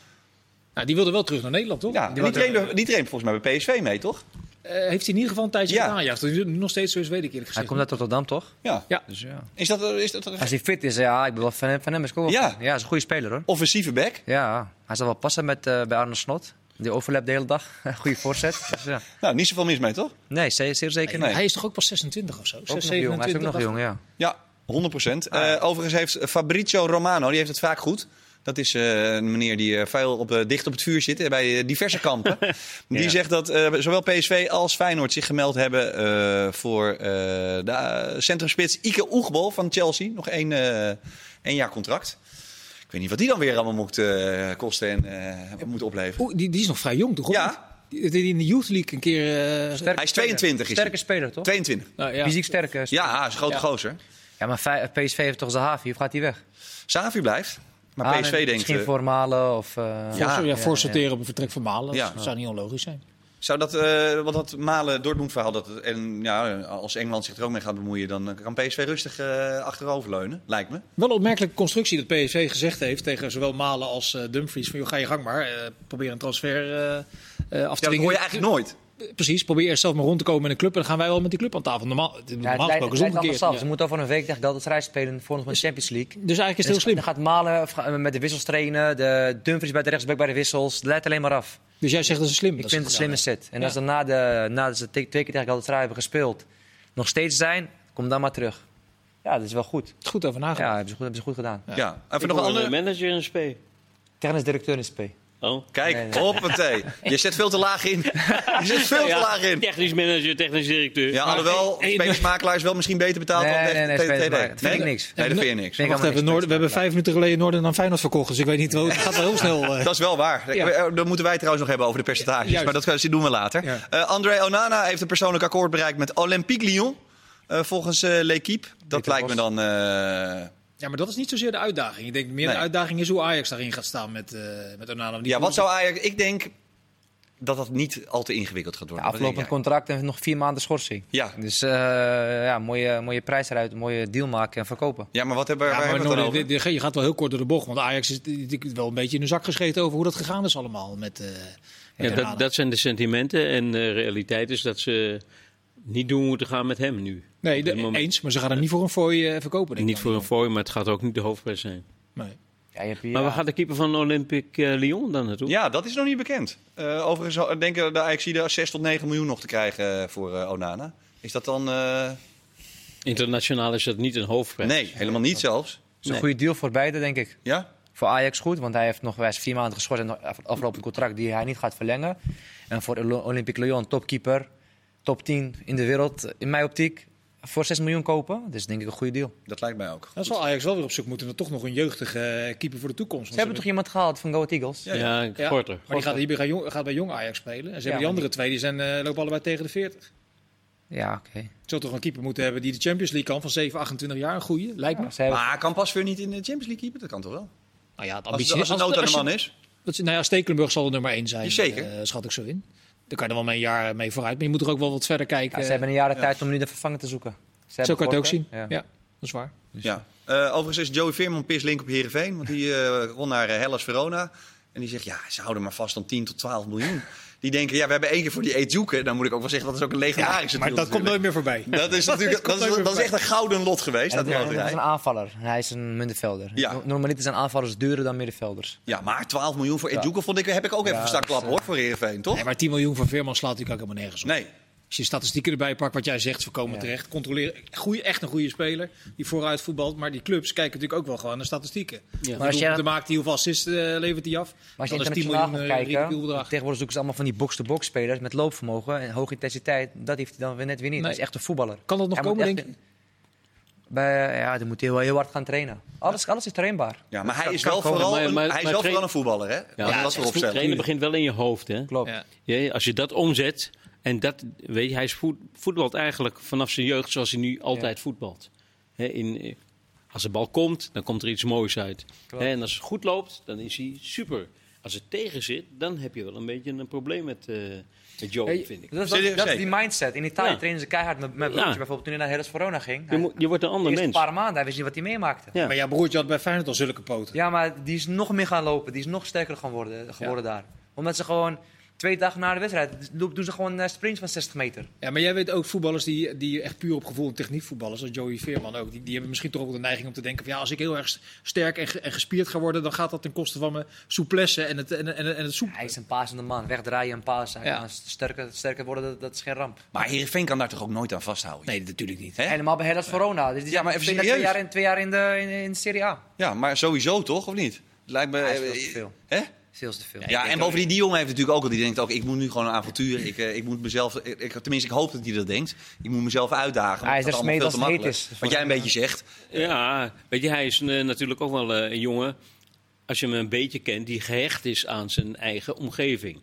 Nou, die wilde wel terug naar Nederland, toch? Ja, die, wilde- trainde, die trainde volgens mij bij PSV mee, toch? Eh, heeft hij in ieder geval een tijdje Ja. gedaan, ja. Dat hij nu nog steeds zo is, weet ik eerlijk Hij gezegd. komt uit Rotterdam toch? Ja. Ja. Dus ja. Is dat, is dat een Als hij fit is, ja, ik ben wel fan van hem. Is ik ook wel Ja. fan. ja, hij is een goede speler hoor. offensieve back? Ja, hij zal wel passen met, eh, bij Arne Slot. Die overlapt de hele dag. Goede voorzet. Dus, ja. Nou, niet zoveel mis mee, toch? Nee, zeer, zeer zeker. Nee. Hij is toch ook pas 26 of zo? Ook nog jong. Hij is ook nog jong, ja. Ah, Ja, 100 procent. Eh, overigens heeft Fabrizio Romano, die heeft het vaak goed. Dat is eh, een meneer die eh, vuil op, eh, dicht op het vuur zit eh, bij eh, diverse kampen. Die zegt dat eh, zowel PSV als Feyenoord zich gemeld hebben eh, voor eh, de eh, centrumspits Ike Oegbol van Chelsea. Nog één, eh, één jaar contract. Ik weet niet wat die dan weer allemaal moet eh, kosten en eh, moet opleveren. Oeh, die, die is nog vrij jong, toch? Of Ja. niet? Die- die in de Youth League een keer... eh, Hij is 22 is hij. Sterke speler, toch? 22. nou, ja. Fysiek eh, sterke speler. Ja, hij is een grote Ja. gozer. Ja, maar Fey- PSV heeft toch zijn haven. Hier gaat hij weg. Savi blijft. Maar Ah, PSV nee, denkt... Misschien eh, voor Malen of... eh, Ja. Ja, ja, ja, voor sorteren op een vertrek van Malen. Ja. Dat zou niet onlogisch zijn. Zou dat, eh want dat Malen Dortmund verhaal, dat, en ja, als Engeland zich er ook mee gaat bemoeien, dan eh, kan PSV rustig eh, achteroverleunen, lijkt me. Wel een opmerkelijke constructie dat PSV gezegd heeft tegen zowel Malen als eh, Dumfries. Van, joh, ga je gang maar. eh, probeer een transfer eh, eh, af te Ja, dat dingen. hoor je eigenlijk nooit. Precies, probeer eerst zelf maar rond te komen met een club. En dan gaan wij wel met die club aan tafel. Normaal, het- Ja, normaal het lijkt- gesproken het is lijkt anders omgekeerd. af. Ja. Ze moeten over een week tegen Galatasaray spelen voor ons van de Champions League. Dus eigenlijk is het heel Dus slim. Dan gaat Malen of ga- eh, met de wissels trainen. De Dumfries bij de rechtsback bij de wissels. Het leidt alleen maar af. Dus jij zegt dat ze slim. Ik dat vind het een ze slimme gedaan set. En Ja. als dan na de, nadat ze te- twee keer tegen Galatasaray hebben gespeeld, nog steeds zijn, kom dan maar terug. Ja, dat is wel goed. hebben. Goed over Ja, nagedacht. hebben ze goed, hebben ze goed gedaan. Ja. Ja. Even Ik nog een hoor andere. manager in SP. Technisch directeur in SP. Oh. Kijk, Nee, hoppatee. Je zet veel te laag in. Je zet veel te Ja, laag in. Technisch manager, technisch directeur. Ja, alhoewel, en- en- spelersmakelaars wel misschien beter betaald Nee, dan nee, echt nee, TTD. spelersmakelaar. Dat vind ik niks. Nee, dat vind je niks. Vind ik Wacht allemaal even, niks. Noord, we hebben vijf minuten geleden Noorden aan Feyenoord verkocht. Dus ik weet niet, hoe- het gaat wel heel snel. eh. Dat is wel waar. Ja. Eh, Dat moeten wij trouwens nog hebben over de percentages. Juist. Maar dat gaan- dat doen we later. Ja. Eh, André Onana heeft een persoonlijk akkoord bereikt met Olympique Lyon. eh, volgens eh L'Equipe. Dat Peter lijkt me Bos. dan... eh, Ja, maar dat is niet zozeer de uitdaging. Ik denk meer Nee. de uitdaging is hoe Ajax daarin gaat staan met, eh met Onana. Want die ja, wat ploeg- zou Ajax... Ik denk dat dat niet al te ingewikkeld gaat worden. Wat denk aflopend jij? contract en nog vier maanden schorsing. Ja. Dus eh, ja, mooie, mooie prijs eruit, mooie deal maken en verkopen. ja, maar wat hebben Ja, waar maar hebben we het dan over? Noorden, dit- dit- je gaat wel heel kort door de bocht. Want Ajax is natuurlijk wel een beetje in de zak gescheten over hoe dat gegaan is allemaal met, eh met Ja, Onana. dat, dat zijn de sentimenten en de realiteit is dat ze niet doen moeten gaan met hem nu. nee, op dit de- moment. eens. Maar ze gaan hem niet voor een fooi eh, verkopen, denk ik Niet voor dan. een fooi, maar het gaat ook niet de hoofdprijs zijn. Nee. Ja, je hebt hier, Maar ja. waar gaat de keeper van Olympique eh, Lyon dan naartoe? Ja, dat is nog niet bekend. Eh, overigens al- denken de Ajaxide 6 tot 9 miljoen nog te krijgen eh, voor eh, Onana. Is dat dan... eh, Internationaal is dat niet een hoofdprijs. nee, helemaal niet zelfs. is een nee. goede deal voor beide, denk ik. Ja? Voor Ajax goed, want hij heeft nog wijs vier maanden geschorst en nog af- aflopend contract die hij niet gaat verlengen. En voor Olo- Olympique Lyon, topkeeper, top 10 in de wereld, in mijn optiek. Voor 6 miljoen kopen, dat is denk ik een goede deal. Dat lijkt mij ook. Dan zal Ajax wel weer op zoek moeten naar toch nog een jeugdige eh, keeper voor de toekomst. Ze hebben toch iemand gehaald van Go Ahead Eagles? Ja, Ja, Ja, korter. Maar die gaat, hier bij jong, gaat bij jong Ajax spelen. En ze Ja, hebben die maar andere twee, die zijn, eh, lopen allebei tegen de 40. Ja, oké. Je zou toch een keeper moeten hebben die de Champions League kan van 7, 28 jaar. Een goeie, lijkt me. Ja, ze hebben- Maar kan pas weer niet in de Champions League keeper? Dat kan toch wel? Nou ja, Als het, als het nood aan de man is. Dat, nou ja, Stekelenburg zal de nummer 1 zijn, Zeker. eh, schat ik zo in. Daar kan je er wel mee een jaar mee vooruit. Maar je moet er ook wel wat verder kijken. ja, ze eh, hebben een jaren tijd om nu de vervanger te zoeken. Ze zo hebben kan je het ook zien. gehoord, hè? Ja. Ja. dat is waar. Ja. Eh, overigens is Joey Veerman pislink op Heerenveen. Want die eh won naar eh, Hellas Verona. En die zegt, ja, ze houden maar vast om 10 tot 12 miljoen. Die denken, ja, we hebben één keer voor die Eetjoeken. Dan moet ik ook wel zeggen, dat is ook een legendarische maar deal dat komt nooit natuurlijk. meer voorbij. Dat is, natuurlijk, dat, komt is, nooit meer dat is echt een gouden lot geweest. En Dat dat, en dat loterij. is een aanvaller. Hij is een middenvelder. Ja. No- Normaliter zijn aanvallers duurder dan middenvelders. Ja, maar 12 miljoen voor Ejuke vond ik, heb ik ook even een stak klap hoor, voor Heerenveen, toch? Nee, maar 10 miljoen voor Veerman slaat natuurlijk ook helemaal nergens op. Nee. Als je statistieken erbij pakt, wat jij zegt, voorkomen Ja. terecht. Controleren. Goeie, echt een goede speler die vooruit voetbalt. Maar die clubs kijken natuurlijk ook wel gewoon naar statistieken. Ja. Maar als jij- je maakt die hoeveel assist eh, levert hij af? Maar als je Dan is 10 internationaal miljoen gaat eh, kijken, ridicuul bedrag. tegenwoordig zoeken ze allemaal van die box-to-box spelers met loopvermogen en hoge intensiteit. Dat heeft hij dan weer net weer niet. Nee. Dat is echt een voetballer. Kan dat nog Hij moet komen, echt denk je? Bij, ja, dan moet hij heel, heel hard gaan trainen. Alles, alles is trainbaar. Ja, maar hij is kan wel komen. vooral Maar- een, maar- hij is maar wel train- vooral een voetballer, hè? Ja, Ja, dat we opstellen. trainen begint wel in je hoofd. Hè? Klopt. Ja. Ja, als je dat omzet, en dat, weet je, hij is voet- voetbalt eigenlijk vanaf zijn jeugd zoals hij nu altijd voetbalt. Hè, in, eh, als de bal komt, dan komt er iets moois uit. Hè, en als het goed loopt, dan is hij super. Als het tegen zit, dan heb je wel een beetje een probleem met, eh met Joey, Hey, vind ik. dat, is- Serieus, dat is zeker. die mindset. In Italië Ja. trainen ze keihard met, met Ja. broertje. Bijvoorbeeld toen hij naar Hellas Verona ging. Je, Hij, moet- je wordt een de ander eerste mens. paar maanden, hij wist niet wat hij meemaakte. Ja. Maar jouw broertje had bij Feyenoord al zulke poten. Ja, maar die is nog meer gaan lopen. Die is nog sterker gaan worden, geworden daar. Omdat ze gewoon twee dagen na de wedstrijd lo- doen ze gewoon eh, sprints van 60 meter. Ja, maar jij weet ook voetballers die, die echt puur op gevoel en techniek voetballen, zoals Joey Veerman ook. Die, die hebben misschien toch ook de neiging om te denken van ja, als ik heel erg s- sterk en, ge- en gespierd ga worden, dan gaat dat ten koste van mijn souplesse en het, en, en, en het soep. Hij is een pasende man. Wegdraaien en paas. Hij Ja. kan sterker, sterker worden, dat, dat is geen ramp. Maar Heerenveen kan daar toch ook nooit aan vasthouden? Nee, natuurlijk niet. Hè? Helemaal bij Hellas Verona. Dus die Ja, maar even zijn twee serieus. Eh, jaar, in, twee jaar in, de, in, in de Serie A. Ja, maar sowieso toch, of niet? Lijkt me... Ja, is veel te veel. Hè? Dat is heel te veel. eh, Ja, en bovendien, die jongen heeft natuurlijk ook al... Die denkt ook, ik moet nu gewoon een avontuur. Ik, eh, ik moet mezelf... Ik, ik- tenminste, ik hoop dat hij dat denkt. Ik moet mezelf uitdagen. Hij is want er dat allemaal smeed veel als het te makkelijk. heet is. Wat jij een beetje zegt. Ja, weet je, hij is eh, natuurlijk ook wel eh, een jongen, als je hem een beetje kent, die gehecht is aan zijn eigen omgeving.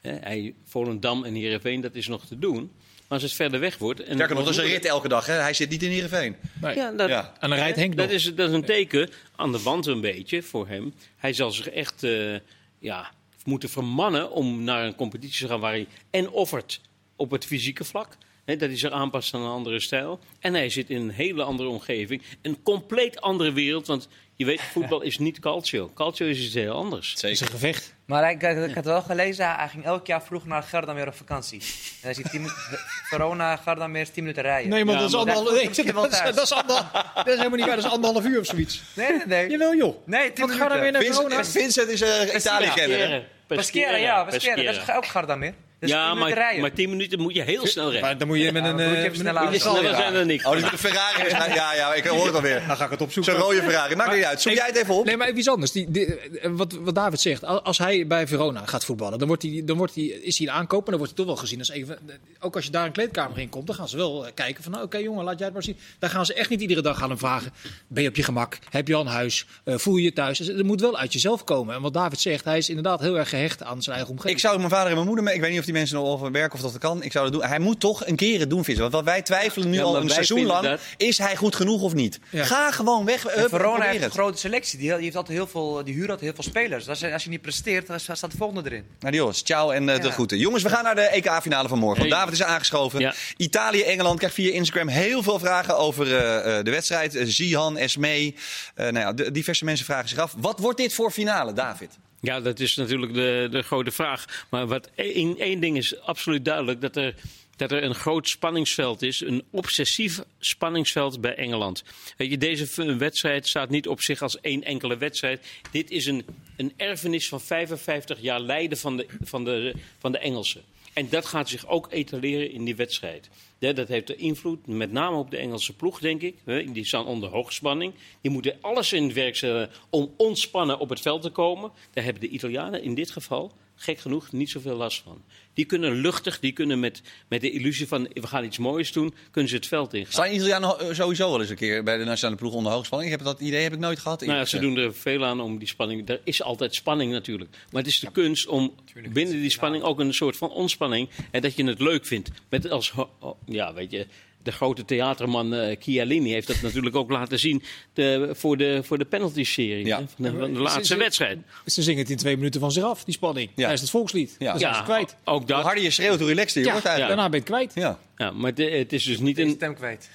Hè, hij, Volendam en Heerenveen, dat is nog te doen. Maar als het verder weg wordt... En Sterker nog, dat is een wordt rit elke dag. Hè? Hij zit niet in Heerenveen. Nee. moeilijker. Ja, dat, Ja. En dan rijdt Henk nog. dat, is, dat is een teken aan de wand een beetje voor hem. Hij zal zich echt eh, ja, moeten vermannen om naar een competitie te gaan waar hij en offert op het fysieke vlak. Hè, dat hij zich aanpast aan een andere stijl. En hij zit in een hele andere omgeving. Een compleet andere wereld. Want je weet, voetbal is niet calcio. Calcio is iets heel anders. Dat is een gevecht. Maar hij, ik, ik had wel gelezen, hij- hij ging elk jaar vroeg naar Gardameer op vakantie. En dan is hij tien minuten- Verona, Gardameer is 10 minuten rijden. Nee, maar Ja, dat is maar- anderhalf Daar nee, komt hij wel dat is- thuis. dat is anderhalf- dat is helemaal niet waar. Dat is anderhalf uur of zoiets. nee, nee. nee. Jawel joh. Nee, 10 Want ga dan minuten. weer naar Vincent, eh, Verona. Vincent is eh Italië kennen. Pesquera, Pesquera, ja, Pesquera. Dat is ook Gardameer. Dus ja, tien minuten maar, rijden. maar 10 minuten moet je heel snel Maar rijden. dan moet je met Ja, een... dan moet je eh, even met een- sneller Moet je aan de sneller slag, ja. zijn dan ik. Oh, dus met een Ferrari. Ja, ja, ik hoor het alweer. Dan ga ik het opzoeken. Zo'n rode Ferrari. Maakt niet uit. Zoek jij het even op. Nee, maar even iets anders. Die, die- eh, wat, wat David zegt, a- als hij bij Verona gaat voetballen, dan, wordt hij, dan wordt hij, is hij een aankoop en dan wordt hij toch wel gezien. Als even, eh, ook als je daar een kleedkamer in komt, dan gaan ze wel eh, kijken van, nou, oké jongen, laat jij het maar zien. Daar gaan ze echt niet iedere dag aan hem vragen, ben je op je gemak? Heb je al een huis? Eh, voel je je thuis? Dus het moet wel uit jezelf komen. En wat David zegt, hij is inderdaad heel erg gehecht aan zijn eigen omgeving. Ik zou mijn vader en mijn moeder, mee- ik weet niet of die mensen nog over werken of dat kan. Ik zou dat doen. Hij moet toch een keer het doen, vissen. Want wat wij twijfelen nu Ja, al maar een wij seizoen vinden lang, dat- is hij goed genoeg of niet? Ja. Ga gewoon weg. En Hup, Verona probeer heeft een het. grote selectie. Die, die, heeft altijd heel veel, die huurt altijd heel veel spelers. Als, je- als je niet presteert, dan staat de volgende erin. Nou, die jongens, ciao en eh, de Ja. groeten. Jongens, we gaan naar de EK-finale van morgen. Want Hey. David is aangeschoven. Ja. Italië, Engeland krijgt via Instagram heel veel vragen over eh, eh, de wedstrijd. Eh, Zihan, Esmee. eh, nou ja, de- diverse mensen vragen zich af. Wat wordt dit voor finale, David? Ja, dat is natuurlijk de, de grote vraag. Maar wat, één, één ding is absoluut duidelijk: dat er, dat er een groot spanningsveld is. Een obsessief spanningsveld bij Engeland. Weet je, deze v- wedstrijd staat niet op zich als één enkele wedstrijd. Dit is een, een erfenis van 55 jaar lijden van de, van de, van de Engelsen. En dat gaat zich ook etaleren in die wedstrijd. Ja, dat heeft de invloed, met name op de Engelse ploeg, denk ik. Hè, Die staan onder hoogspanning. Die moeten alles in het werk zetten om ontspannen op het veld te komen. Daar hebben de Italianen in dit geval, gek genoeg, niet zoveel last van. Die kunnen luchtig, die kunnen met, met de illusie van we gaan iets moois doen, kunnen ze het veld ingaan. Staan Italianen eh, sowieso wel eens een keer bij de nationale ploeg onder hoogspanning? Ik heb dat idee heb ik nooit gehad. Nou ja, eerlijk ze gezegd. doen er veel aan om die spanning. Er is altijd spanning natuurlijk. Maar het is de kunst om binnen die spanning ook een soort van ontspanning. En dat je het leuk vindt. Met als, ho- ho- ja, weet je. De grote theaterman eh Chiellini heeft dat natuurlijk ook laten zien de, voor, de, voor de penalty-serie Ja. hè, van, de, van de Is- is- laatste wedstrijd. Ze Dus zingen het in twee minuten van zich af, die spanning. Ja. Hij is het volkslied. Ja. Dan zijn ze het kwijt. ook Hoe dat. harder je schreeuwt, hoe relaxter je Ja, wordt eigenlijk. daarna ben je het kwijt. Ja. Ja, maar de- het is dus niet Die een, stem kwijt.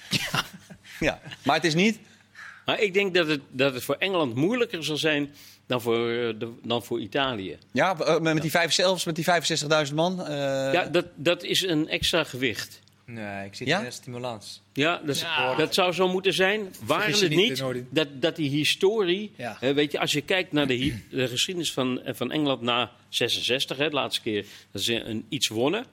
Ja. Maar het is niet... Maar ik denk dat het, dat het voor Engeland moeilijker zal zijn dan voor, eh, de, dan voor Italië. Ja, eh, met die, vijf, zelfs met die 65.000 man. eh, ja, dat, dat is een extra gewicht. Nee, ik zie Ja? het in de stimulans. Ja, dat, is- Ja. dat zou zo moeten zijn. Waren je het niet, niet Noordin. dat, dat die historie... Ja. hè, weet je, als je kijkt naar de, hi- de geschiedenis van, eh, van Engeland na 66, hè, de laatste keer dat ze een, iets wonnen...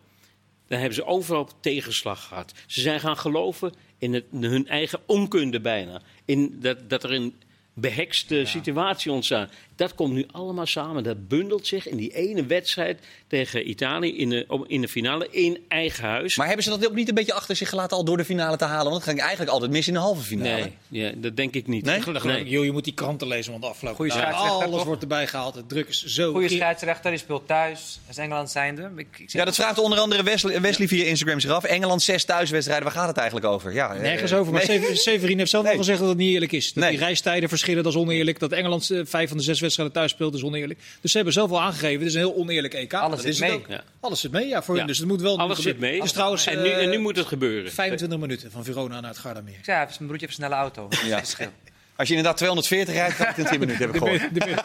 dan hebben ze overal tegenslag gehad. Ze zijn gaan geloven in, het, in hun eigen onkunde bijna. In dat, dat er een behekste situatie ontstaat. Dat komt nu allemaal samen. Dat bundelt zich in die ene wedstrijd tegen Italië in de, om- in de finale in eigen huis. Maar hebben ze dat ook niet een beetje achter zich gelaten al door de finale te halen? Want dat ging eigenlijk altijd mis in de halve Nou, finale. Nee, ja, dat denk ik niet. Nee? Dan geloof ik, joh, je moet die kranten lezen, want de afgelopen Goeie dagen scheidsrechter, alles toch? wordt erbij gehaald. Het druk is zo... Goede scheidsrechter, die speelt thuis. Als Engeland zijnde. Ik, ik Ja, dat vraagt onder andere Wesley, Wesley via Instagram zich af. Engeland zes thuiswedstrijden, waar gaat het eigenlijk over? Ja, eh, Nergens over. Maar nee. Sever- Severin heeft zelf Nee. al gezegd dat het niet eerlijk is. Dat Nee. die reistijden verschillen, dat is oneerlijk. Dat Engeland eh, vijf van de zes wedstrijden thuis speelt, is oneerlijk. Dus ze hebben zelf al aangegeven, het is een heel oneerlijk EK. Alles Dat zit is het mee. ook. Ja. Alles zit mee, ja. Voor Ja. hun. Dus het moet wel Alles zit gebeuren. mee. Dus trouwens, en, nu, en nu eh, moet het gebeuren. 25 minuten van Verona naar het Gardameer. Ja, het is mijn broertje heeft een snelle auto. Dat is het verschil. Als je inderdaad 240 rijdt, kan het in 10 minuten hebben gehoord. De beurt.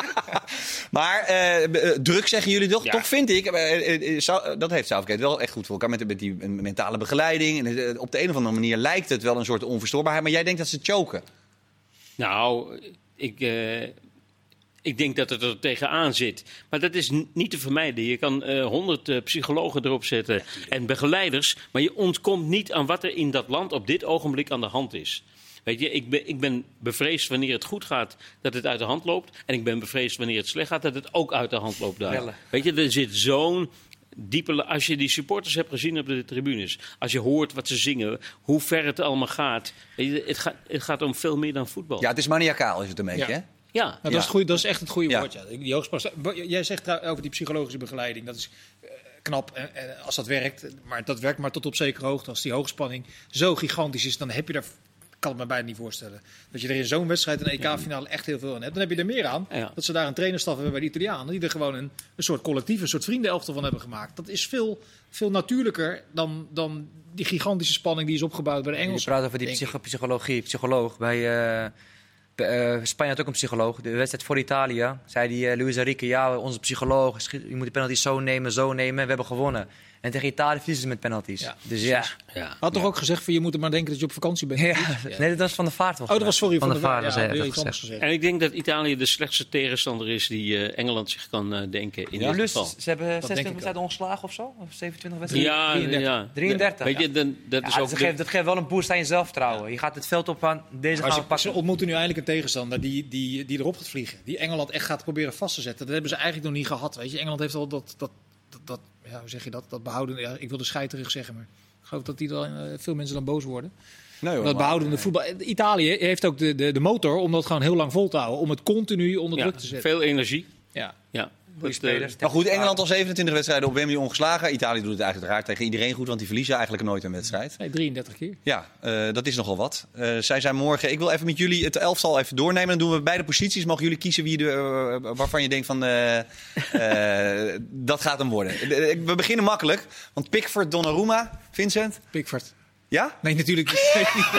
Maar eh, b- eh, druk zeggen jullie toch? Ja. Toch vind ik, eh, eh, eh, zou- eh, dat heeft Southgate wel echt goed voor elkaar. Met, met die eh, mentale begeleiding. En, eh, op de een of andere manier lijkt het wel een soort onverstoorbaarheid. Maar jij denkt dat ze choken. Nou, ik, eh, ik denk dat het er tegenaan zit. Maar dat is n- niet te vermijden. Je kan eh, honderd psychologen erop zetten en begeleiders. Maar je ontkomt niet aan wat er in dat land op dit ogenblik aan de hand is. Weet je, ik ben, ik ben bevreesd wanneer het goed gaat dat het uit de hand loopt. En ik ben bevreesd wanneer het slecht gaat dat het ook uit de hand loopt daar. Bellen. Weet je, er zit zo'n diepe... la- Als je die supporters hebt gezien op de tribunes... als je hoort wat ze zingen, hoe ver het allemaal gaat... Weet je, het, gaat het gaat om veel meer dan voetbal. Ja, het is maniacaal is het een beetje, Ja. hè? Ja, Nou, Ja. dat, is het goeie- dat is echt het goede Ja. woord. Ja. Die hoogspans- Maar Jij zegt trouw- over die psychologische begeleiding. Dat is eh, knap en, en als dat werkt. Maar dat werkt maar tot op zekere hoogte. Als die hoogspanning zo gigantisch is, dan heb je daar. Ik kan het me bijna niet voorstellen. Dat je er in zo'n wedstrijd, een EK-finale, echt heel veel aan hebt. Dan heb je er meer aan. Ja. Dat ze daar een trainerstaf hebben bij de Italianen. Die er gewoon een, een soort collectief, een soort vriendenelftal van hebben gemaakt. Dat is veel, veel natuurlijker dan, dan die gigantische spanning die is opgebouwd bij de Je Engelsen. praat over die denk ik. psycho- psychologie, psycholoog. Bij eh, bij, eh, Spanje had ook een psycholoog. De wedstrijd voor Italië zei die eh, Luis Enrique, ja, onze psycholoog, schiet- je moet de penalty zo nemen, zo nemen. We hebben gewonnen. En tegen Italië verliezen ze met penalties. Ja, Dus ja. Ja. Had toch ook gezegd van je moet er maar denken dat je op vakantie bent. ja. Nee, dat was Van de Vaart. Oh, dat was sorry Van, van, de Vaart. was ja, hij had dat weer iets gezegd. anders gezegd. En ik denk dat Italië de slechtste tegenstander is die eh, Engeland zich kan eh, denken in dit Plus, geval. ze hebben 26 denk ik wedstrijden ongeslagen of zo? Of 27 wedstrijden? Ja, 33. ja. 33. Weet ja. je, dan, dat Ja, is dat, Dus ook... de- geeft, dat geeft wel een boost aan jezelf trouwen. Je gaat het veld op aan deze Maar gaan ze, we pakken. ze ontmoeten nu eindelijk een tegenstander die, die, die erop gaat vliegen. Die Engeland echt gaat proberen vast te zetten. Dat hebben ze eigenlijk nog niet gehad. Weet je. Engeland heeft al dat, dat, dat, dat ja, hoe zeg je dat, dat behouden. Ja, ik wilde scheiterig zeggen, maar ik geloof dat die dan, eh, veel mensen dan boos worden. Nee, hoor, dat maar- behoudende voetbal. Italië heeft ook de, de, de motor om dat gewoon heel lang vol te houden. Om het continu onder ja, druk te zetten. veel energie. Ja. Ja. Dat, Goeie eh, spelers. Maar goed, Engeland al 27 wedstrijden op Wembley ongeslagen. Italië doet het eigenlijk raar tegen iedereen goed, want die verliezen eigenlijk nooit een wedstrijd. Nee, 33 keer. Ja, eh, dat is nogal wat. Eh, zij zijn morgen. Ik wil even met jullie het elftal even doornemen. Dan doen we beide posities. Mogen jullie kiezen wie de, eh, waarvan je denkt van eh, eh, dat gaat hem worden. Eh, we beginnen makkelijk. Want Pickford, Donnarumma, Vincent. Pickford. Ja? Nee, natuurlijk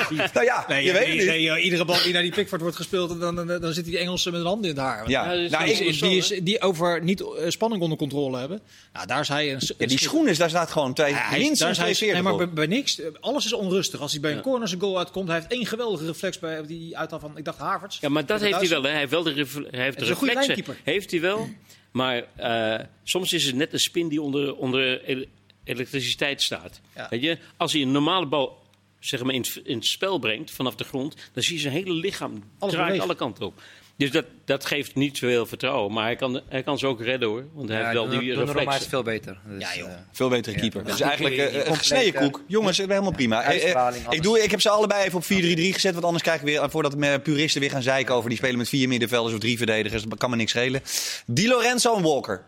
niet. Nou ja, Nee, je weet het nee, niet. nee, joh, iedere bal die naar die Pickford wordt gespeeld, dan, dan, dan zitten die Engelsen met hun handen in het haar. Ja. Ja, dus nou, dan ik, is- Die, die, is, die over niet eh, spanning onder controle hebben. Nou, daar is hij een. ja, die schoenen, daar staat gewoon twee, Ja, hij is- daar minstens is hij- twee nee, veertig maar op. bij, bij niks. eh, Alles is onrustig. Als hij bij een Ja. corner zijn goal uitkomt, hij heeft één geweldige reflex bij op die uithaal van, ik dacht Havertz. Ja, maar dat heeft hij Duitsland. wel. Hè. Hij heeft wel de, refle- hij heeft Het de is een goede reflexen. lijnkeeper. Heeft hij wel. Maar eh, soms is het net een spin die onder, onder ele- elektriciteit staat. Ja. Weet je, als hij een normale bal zeg maar, in, het, in het spel brengt vanaf de grond, dan zie je zijn hele lichaam Alles draait beweegt. alle kanten op. Dus dat, dat geeft niet zoveel vertrouwen. Maar hij kan, hij kan ze ook redden hoor. Want hij Ja, heeft wel Don- die Donnarumma is reflexen. veel beter. Dus, Ja, joh. eh, Veel betere keeper. Dus Ja. eigenlijk Die- eh, die een complete- gesneden koek. Jongens, het is helemaal prima. Eh, eh, uitstraling, alles. ik, doe, ik heb ze allebei even op 4-3-3 gezet. Want anders krijg ik weer, voordat me puristen weer gaan zeiken over die spelen met vier middenvelders of drie verdedigers. Dat kan me niks schelen. Di Lorenzo en Walker.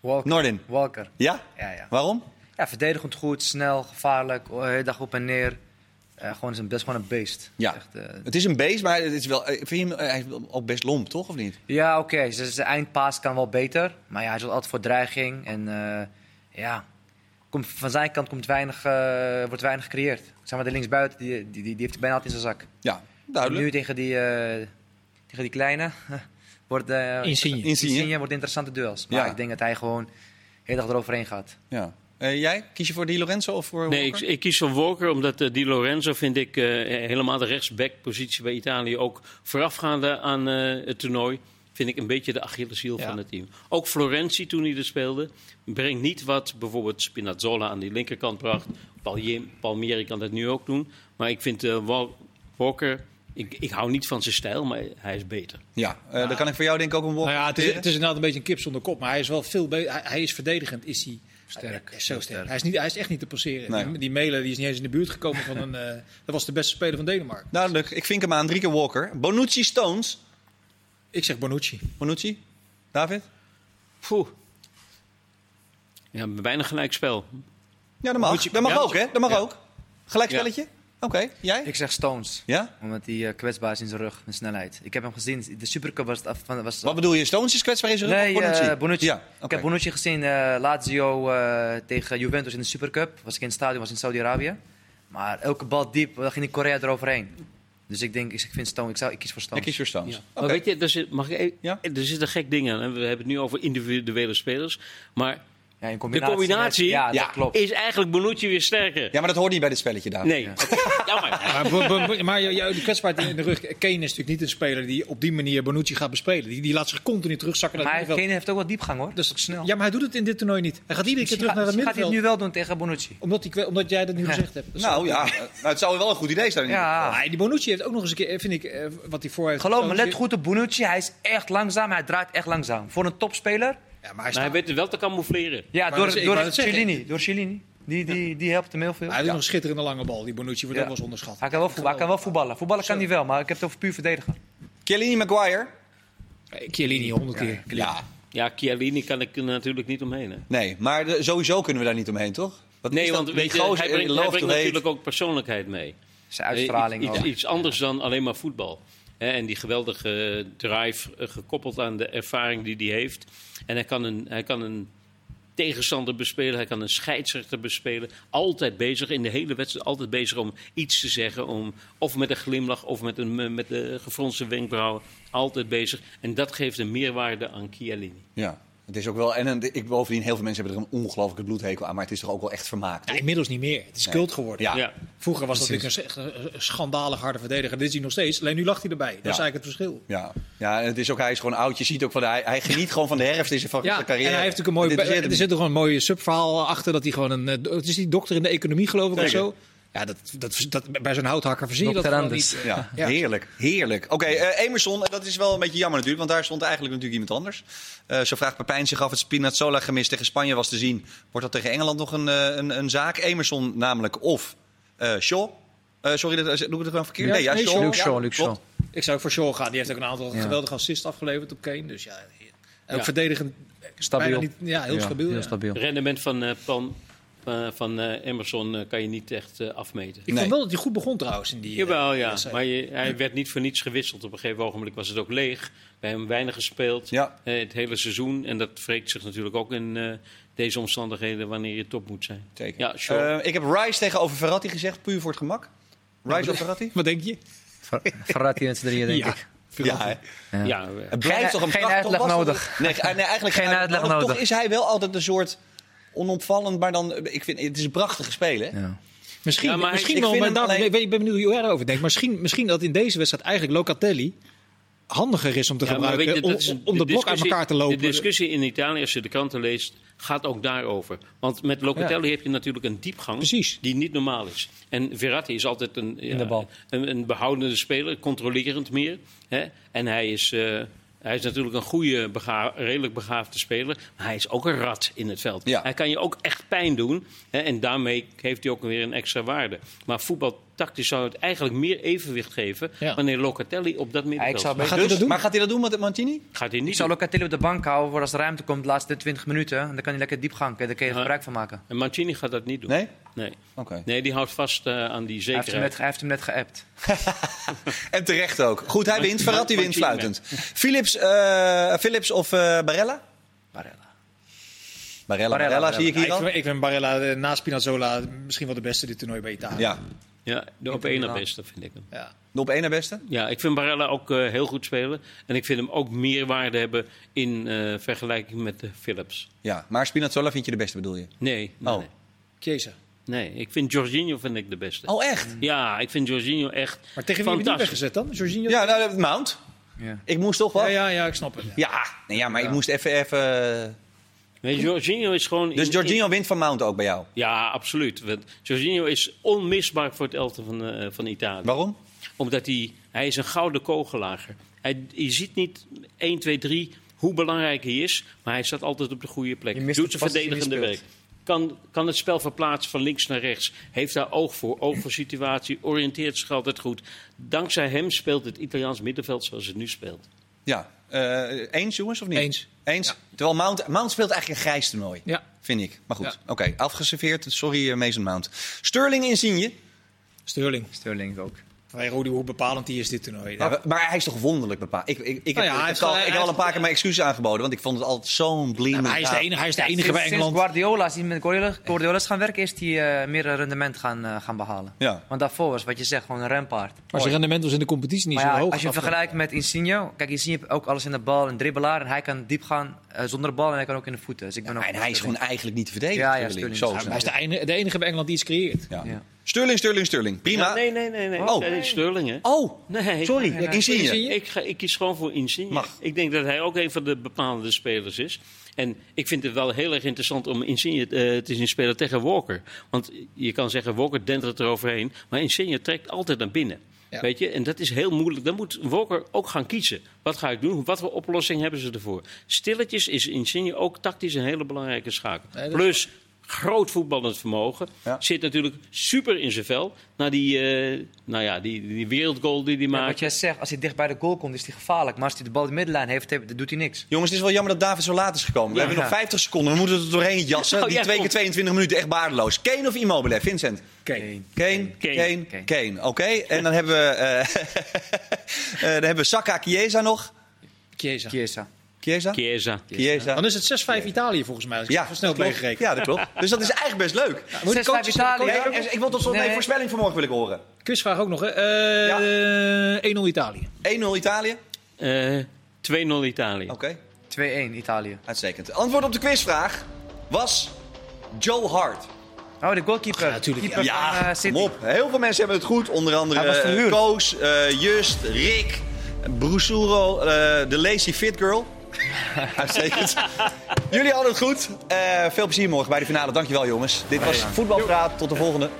Walker. Nordin. Walker. Ja? Ja, ja. Waarom? ja, verdedigend goed, snel, gevaarlijk, de hele dag op en neer. Eh, gewoon, is een, best gewoon een beest. Ja. Echt, eh, Het is een beest, maar het is wel, eh, vind je hem eh, hij is wel ook best lomp, toch? Of niet? ja, oké. Dus de eindpaas kan wel beter. Maar ja, hij zorgt altijd voor dreiging. En eh, ja, komt, van zijn kant komt weinig, eh, wordt weinig gecreëerd. Zeg maar de linksbuiten, die, die, die, die heeft bijna altijd in zijn zak. Ja, En duidelijk. nu tegen die, eh, tegen die kleine wordt... eh, Insigne. Insigne. Insigne wordt interessante duels. Maar Ja. ik denk dat hij gewoon de hele dag eroverheen gaat. Ja. Eh, jij? Kies je voor Di Lorenzo of voor Nee, ik, Walker? ik kies voor Walker omdat eh, Di Lorenzo vind ik eh, helemaal de rechtsbackpositie bij Italië ook voorafgaande aan eh, het toernooi. Vind ik een beetje de Achilleshiel Ja. van het team. Ook Florenzi toen hij er speelde brengt niet wat bijvoorbeeld Spinazzola aan die linkerkant bracht. Palmieri, Palmieri kan dat nu ook doen. Maar ik vind eh, Wal- Walker, ik, ik hou niet van zijn stijl, maar hij is beter. Ja, eh, dan kan ik voor jou denk ik ook een Walker. Nou ja, het is, kiezen. het is inderdaad een beetje een kip zonder kop, maar hij is wel veel beter. Hij, hij is verdedigend, is hij. Sterk. Hij is zo sterk. sterk. Hij is, niet, hij is echt niet te passeren. Nee. Die, die Melen die is niet eens in de buurt gekomen van een. eh, dat was de beste speler van Denemarken. Duidelijk. Ik vink hem aan. Drie keer Walker. Bonucci, Stones. Ik zeg Bonucci. Bonucci? David? Poeh. Ja, bijna gelijk spel. Ja, dat mag. Moet je- dat mag ja, ook, hè? Dat mag ja. ook. Gelijkspelletje? Oké, jij? Ik zeg Stones. Ja? Omdat hij eh, kwetsbaar is in zijn rug en snelheid. Ik heb hem gezien. De Supercup was... het af- van- was Wat bedoel je? Stones is kwetsbaar in zijn rug Nee, of Bonucci? eh, Bonucci. Ja, Ik oké. heb Bonucci gezien eh, Lazio eh, tegen Juventus in de Supercup. Was ik in het stadion, was in Saudi-Arabië. Maar elke bal diep, dan ging die Korea eroverheen. Dus ik denk, ik vind Stone, ik, zou, ik kies voor Ik Stones. kies voor Stones. Ja. Oké. Maar weet je, er zit, mag ik even- Ja? er zit een gek ding aan. hè. We hebben het nu over individuele spelers. Maar ja, in de met- combinatie ja, ja. dat klopt. is eigenlijk Bonucci weer sterker. Ja, maar dat hoort niet bij dit spelletje, David. Nee. Oké, Jammer. Maar, Ah, Bo- Bo- Bo- maar jou- jou- die kwetsbaarheid in de rug. Kane is natuurlijk niet een speler die op die manier Bonucci gaat bespelen. Die, die laat zich continu terugzakken naar Maar het hij- Kane middenveld. heeft ook wel diepgang hoor. Dus- Dat is ook snel. Ja, maar hij doet het in dit toernooi niet. Hij gaat iedere Misschien keer terug naar het gaat, gaat hij het middenveld. nu wel doen tegen Bonucci. Omdat, die, kwe- omdat jij dat nu gezegd hebt. Dat is- Nou ja, eh, nou, het zou wel een goed idee zijn. in ieder geval. Ja. Ah, die Bonucci heeft ook nog eens een keer, eh, vind ik, eh, wat hij voor heeft. Geloof me, getoond. let goed op Bonucci. Hij is echt langzaam, hij draait echt langzaam. Voor een topspeler, Ja, maar hij, Maar hij staat- weet het wel te camoufleren. ja, Maar door, dat is- ik door, wou dat zeggen. Chiellini, door Chiellini. Die, die, die helpt hem heel veel. hij heeft nog een schitterende lange bal. Die Bonucci wordt Ja. ook wel eens onderschat. Hij kan wel, voetballen, hij kan wel voetballen. Voetballen kan hij wel, maar ik heb het over puur verdedigen. Chiellini, Maguire? Eh, Chiellini honderd keer. Ja. Ja, Chiellini kan ik er natuurlijk niet omheen. Hè. Nee, maar de- sowieso kunnen we daar niet omheen, toch? Wat is Nee, dat? want Die weet je, gozer hij in brengt, hij Love brengt to Hate. natuurlijk ook persoonlijkheid mee. Zijn uitstraling Eh, iets, ook. iets anders dan alleen maar voetbal. Hè, En die geweldige eh, drive eh, gekoppeld aan de ervaring die hij heeft. En hij kan, een, hij kan een tegenstander bespelen, hij kan een scheidsrechter bespelen. Altijd bezig, in de hele wedstrijd altijd bezig om iets te zeggen. Om, of met een glimlach of met, een, eh, met de gefronste wenkbrauwen. Altijd bezig. En dat geeft een meerwaarde aan Chiellini. Ja. Het is ook wel, en een, ik, bovendien, heel veel mensen hebben er een ongelooflijke bloedhekel aan, maar het is toch ook wel echt vermaakt. Ja, toch? inmiddels niet meer. Het is Nee. cult geworden. Ah. Ja. Ja. Vroeger was dat natuurlijk een, een schandalig harde verdediger. Dit is hij nog steeds. Alleen nu lacht hij erbij. Dat is eigenlijk het verschil. Ja, ja en het is ook, hij is gewoon oud. Je ziet ook van, hij, hij geniet gewoon van de herfst in zijn van Ja, zijn en hij carrière. heeft natuurlijk een mooi. Dit is eerder Er niet. zit er gewoon een mooi subverhaal achter dat hij gewoon een. eh, do- Het is die dokter in de economie, geloof ik, of Zeker. zo. Ja, dat, dat, dat, bij zo'n houthakker verzin je dat Dokter gewoon Anders. niet. Ja, Ja. heerlijk, heerlijk. Oké, eh, Emerson, eh, dat is wel een beetje jammer natuurlijk, want daar stond eigenlijk natuurlijk iemand anders. Eh, zo vraagt Pepijn zich af, het Spinazzola gemis tegen Spanje was te zien. Wordt dat tegen Engeland nog een, eh, een, een zaak? Emerson namelijk of eh Shaw. Eh, sorry, dat, eh, doe ik het gewoon verkeerd? Ja, nee, ja, nee, Shaw. Shaw. Luke Ja, Shaw, Luke Shaw. klopt. Ik zou ook voor Shaw gaan. Die heeft ook een aantal Ja. geweldige assists afgeleverd op Kane. Dus ja, en ook Ja. verdedigend. eh, Stabiel. bijna Niet, ja, heel Ja, stabiel. Heel ja. stabiel. rendement van, eh, van, eh, van eh, Emerson eh, kan je niet echt eh, afmeten. Ik Nee. vond wel dat hij goed begon trouwens in die. eh, Jawel, ja. wedstrijd. Maar je- hij werd niet voor niets gewisseld. Op een gegeven ogenblik was het ook leeg. Bij hem weinig gespeeld. Ja. eh, het hele seizoen. En dat wreekt zich natuurlijk ook in eh, deze omstandigheden wanneer je top moet zijn. Zeker. Ja, sure. Eh, ik heb Rice tegenover Verratti gezegd, puur voor het gemak. Rice of Verratti? Wat denk je? Verratti met z'n drieën, denk Ja. ik. Ja, hè. ja. Het blijft Geen- toch een geen pracht- uitleg toch was het- nodig. Nee, ge- nee, eigenlijk Geen uitleg maar Toch nodig. is hij wel altijd een soort onopvallend, maar dan... Ik vind, het is een prachtige speler. Ja. Misschien, Ja, maar misschien ik wel, vind maar hem daar, alleen- ik ben, ik ben benieuwd hoe jij daarover denkt. Maar misschien, misschien dat in deze wedstrijd eigenlijk Locatelli handiger is om te Ja, maar gebruiken. weet je, om dat is- om- om de, blok uit discussie- elkaar te De lopen. discussie in Italië, als je de kranten leest, gaat ook daarover. Want met Locatelli heb je natuurlijk een diepgang Precies. die niet normaal is. En Verratti is altijd een, ja, de bal. een, een behoudende speler, controlerend meer. Hè? En hij is, eh, hij is natuurlijk een goede, bega- redelijk begaafde speler. Maar hij is ook een rat in het veld. Ja. Hij kan je ook echt pijn doen. Hè? En daarmee heeft hij ook weer een extra waarde. Maar voetbaltactisch zou het eigenlijk meer evenwicht geven... Ja. wanneer Locatelli op dat middenveld zou staat. Gaat hij dat doen? Dus- Maar gaat hij dat doen met Mantini? Gaat hij Ik niet zou Locatelli op de bank houden voor als er ruimte komt de laatste 20 minuten. En dan kan hij lekker diep gaan. Daar kan je Ja. gebruik van maken. En Mancini gaat dat niet doen. Nee? Nee, Oké. Nee, die houdt vast eh, aan die Hij heeft, hem zekerheid. net, hij heeft hem net geappt. En terecht ook. Goed, hij wint. Verratti wint Mantini, fluitend. Philips, eh, Philips of eh, Barella? Barella. Barella, Barella, Barella, zie ik hier al. ik vind Barella eh, na Spinazzola misschien wel de beste dit toernooi bij Italië. Ja, Ja, de op één na beste vind ik hem. Ja. de op één na beste. Ja, ik vind Barella ook eh, heel goed spelen. En ik vind hem ook meer waarde hebben in eh, vergelijking met de Philips. Ja, maar Spinazzola vind je de beste, bedoel je? Nee, nee, Oh. nee. Chiesa. nee. Ik vind Jorginho vind ik de beste. Oh, echt? Ja, ik vind Jorginho echt Maar tegen wie heb je die fantastisch. weggezet dan? Jorginho? Ja, nou, Mount. Ja. Ik moest toch ja, wel. Ja, ja, ja, ik snap het. ja. nee, ja maar ik moest even... even... Nee, Jorginho is gewoon... Dus in- in- Jorginho wint van Mount ook bij jou. Ja, absoluut. Want Jorginho is onmisbaar voor het elftal van, eh, van Italië. Waarom? Omdat hij, hij is een gouden kogelager. Hij, je ziet niet 1, 2, 3 hoe belangrijk hij is. Maar hij staat altijd op de goede Je plek. mist Doet het zijn pas als je niet verdedigende werk. speelt. Kan, kan het spel verplaatsen van links naar rechts. Heeft daar oog voor. Oog voor situatie. Oriënteert zich altijd goed. Dankzij hem speelt het Italiaans middenveld zoals het nu speelt. Ja. Eh, eens, jongens, of niet? Eens. Eens? Terwijl Mount, Mount speelt eigenlijk een grijs toernooi. Ja, Vind ik. Maar goed, oké. Ja. Afgeserveerd. Sorry, eh, Mason Mount. Sterling Insigne. Sterling. Sterling ook. Roody, hoe bepalend die is dit toernooi. Ja, maar hij is toch wonderlijk bepaald. Ik, ik, ik, Nou heb, ja, hij ik, heb heeft al- gewoon- ik heb hij al een heeft- paar keer mijn excuses aangeboden, want ik vond het altijd zo'n Ja, blinde. maar hij, is de enige, hij is de enige bij Sinds Engeland. Guardiola, als hij met Guardiola, Guardiola is gaan werken, is hij eh, meer een rendement gaan, eh, gaan behalen. Ja. Want daarvoor was, wat je zegt, gewoon een rempaard. Maar zijn rendement was in de competitie niet Maar zo ja, hoog. als je hem vergelijkt met Insigne, kijk, Insigne heeft ook alles in de bal, een dribbelaar. En hij kan diep gaan eh, zonder bal en hij kan ook in de voeten. Dus ik ben ook En hij is gewoon eigenlijk niet te verdedigen. Ja, ja, Sterling. Sterling. Zo, Hij is de enige, de enige bij Engeland die iets creëert. ja. Ja. Sterling, Sterling, Sterling. Prima. Ja, nee, nee, nee. nee. Oh. Nee, Sterling, hè? Oh, Nee. sorry. nee, nee. Insigne. Ik, ga, ik kies gewoon voor Insigne. Mag. Ik denk dat hij ook een van de bepalende spelers is. En ik vind het wel heel erg interessant om Insigne eh, te zien spelen tegen Walker. Want je kan zeggen, Walker dendert eroverheen. Maar Insigne trekt altijd naar binnen. Ja. Weet je? En dat is heel moeilijk. Dan moet Walker ook gaan kiezen. Wat ga ik doen? Wat voor oplossing hebben ze ervoor? Stilletjes is Insigne ook tactisch een hele belangrijke schakel. Nee, dat- Plus... Groot voetballend vermogen. Ja. Zit natuurlijk super in zijn vel. Na die, eh, nou ja, die, die wereldgoal die hij Ja, maakt. wat jij zegt, als hij dicht bij de goal komt, is hij gevaarlijk. Maar als hij de bal in de middenlijn heeft, heeft- doet hij niks. Jongens, het is wel jammer dat David zo laat is gekomen. We Ja. hebben nog 50 seconden. We moeten het er doorheen jassen. Oh, Die ja, twee kom. keer 22 minuten echt baardeloos. Kane of Immobile, Vincent? Kane. Kane, Kane, Kane. Kane. Kane. Oké, en dan hebben we, eh, eh, dan hebben we Saka Chiesa nog. Chiesa. Chiesa. Chiesa? Chiesa. Chiesa. Dan is het 6-5 Italië volgens mij. Als Oh, ik Ja, ja, snel dat klopt. meegerekend. Ja, dat klopt. Dus dat is eigenlijk best leuk. Moet ik coaches- Italië. Ja, ik- ik wil tot slot Nee. mijn voorspelling voor morgen wil ik horen. Quizvraag ook nog. hè. Eh, Ja. eh, 1-0 Italië. 1-0 Italië. Eh, 2-0 Italië. Oké. 2-0 2-1 Italië. Uitstekend. Antwoord op de quizvraag was Joe Hart. Oh, de goalkeeper. Ja, natuurlijk. Keeper van, eh, City. kom op. Heel veel mensen hebben het goed. Onder andere Hij was eh, verhuurd. Koos, eh, Just, Rick, Broesuro, de Lazy Fit Girl. Uitstekend. Jullie hadden het goed. Eh, veel plezier morgen bij de finale. Dankjewel jongens. Dit was Voetbalpraat. Tot de volgende.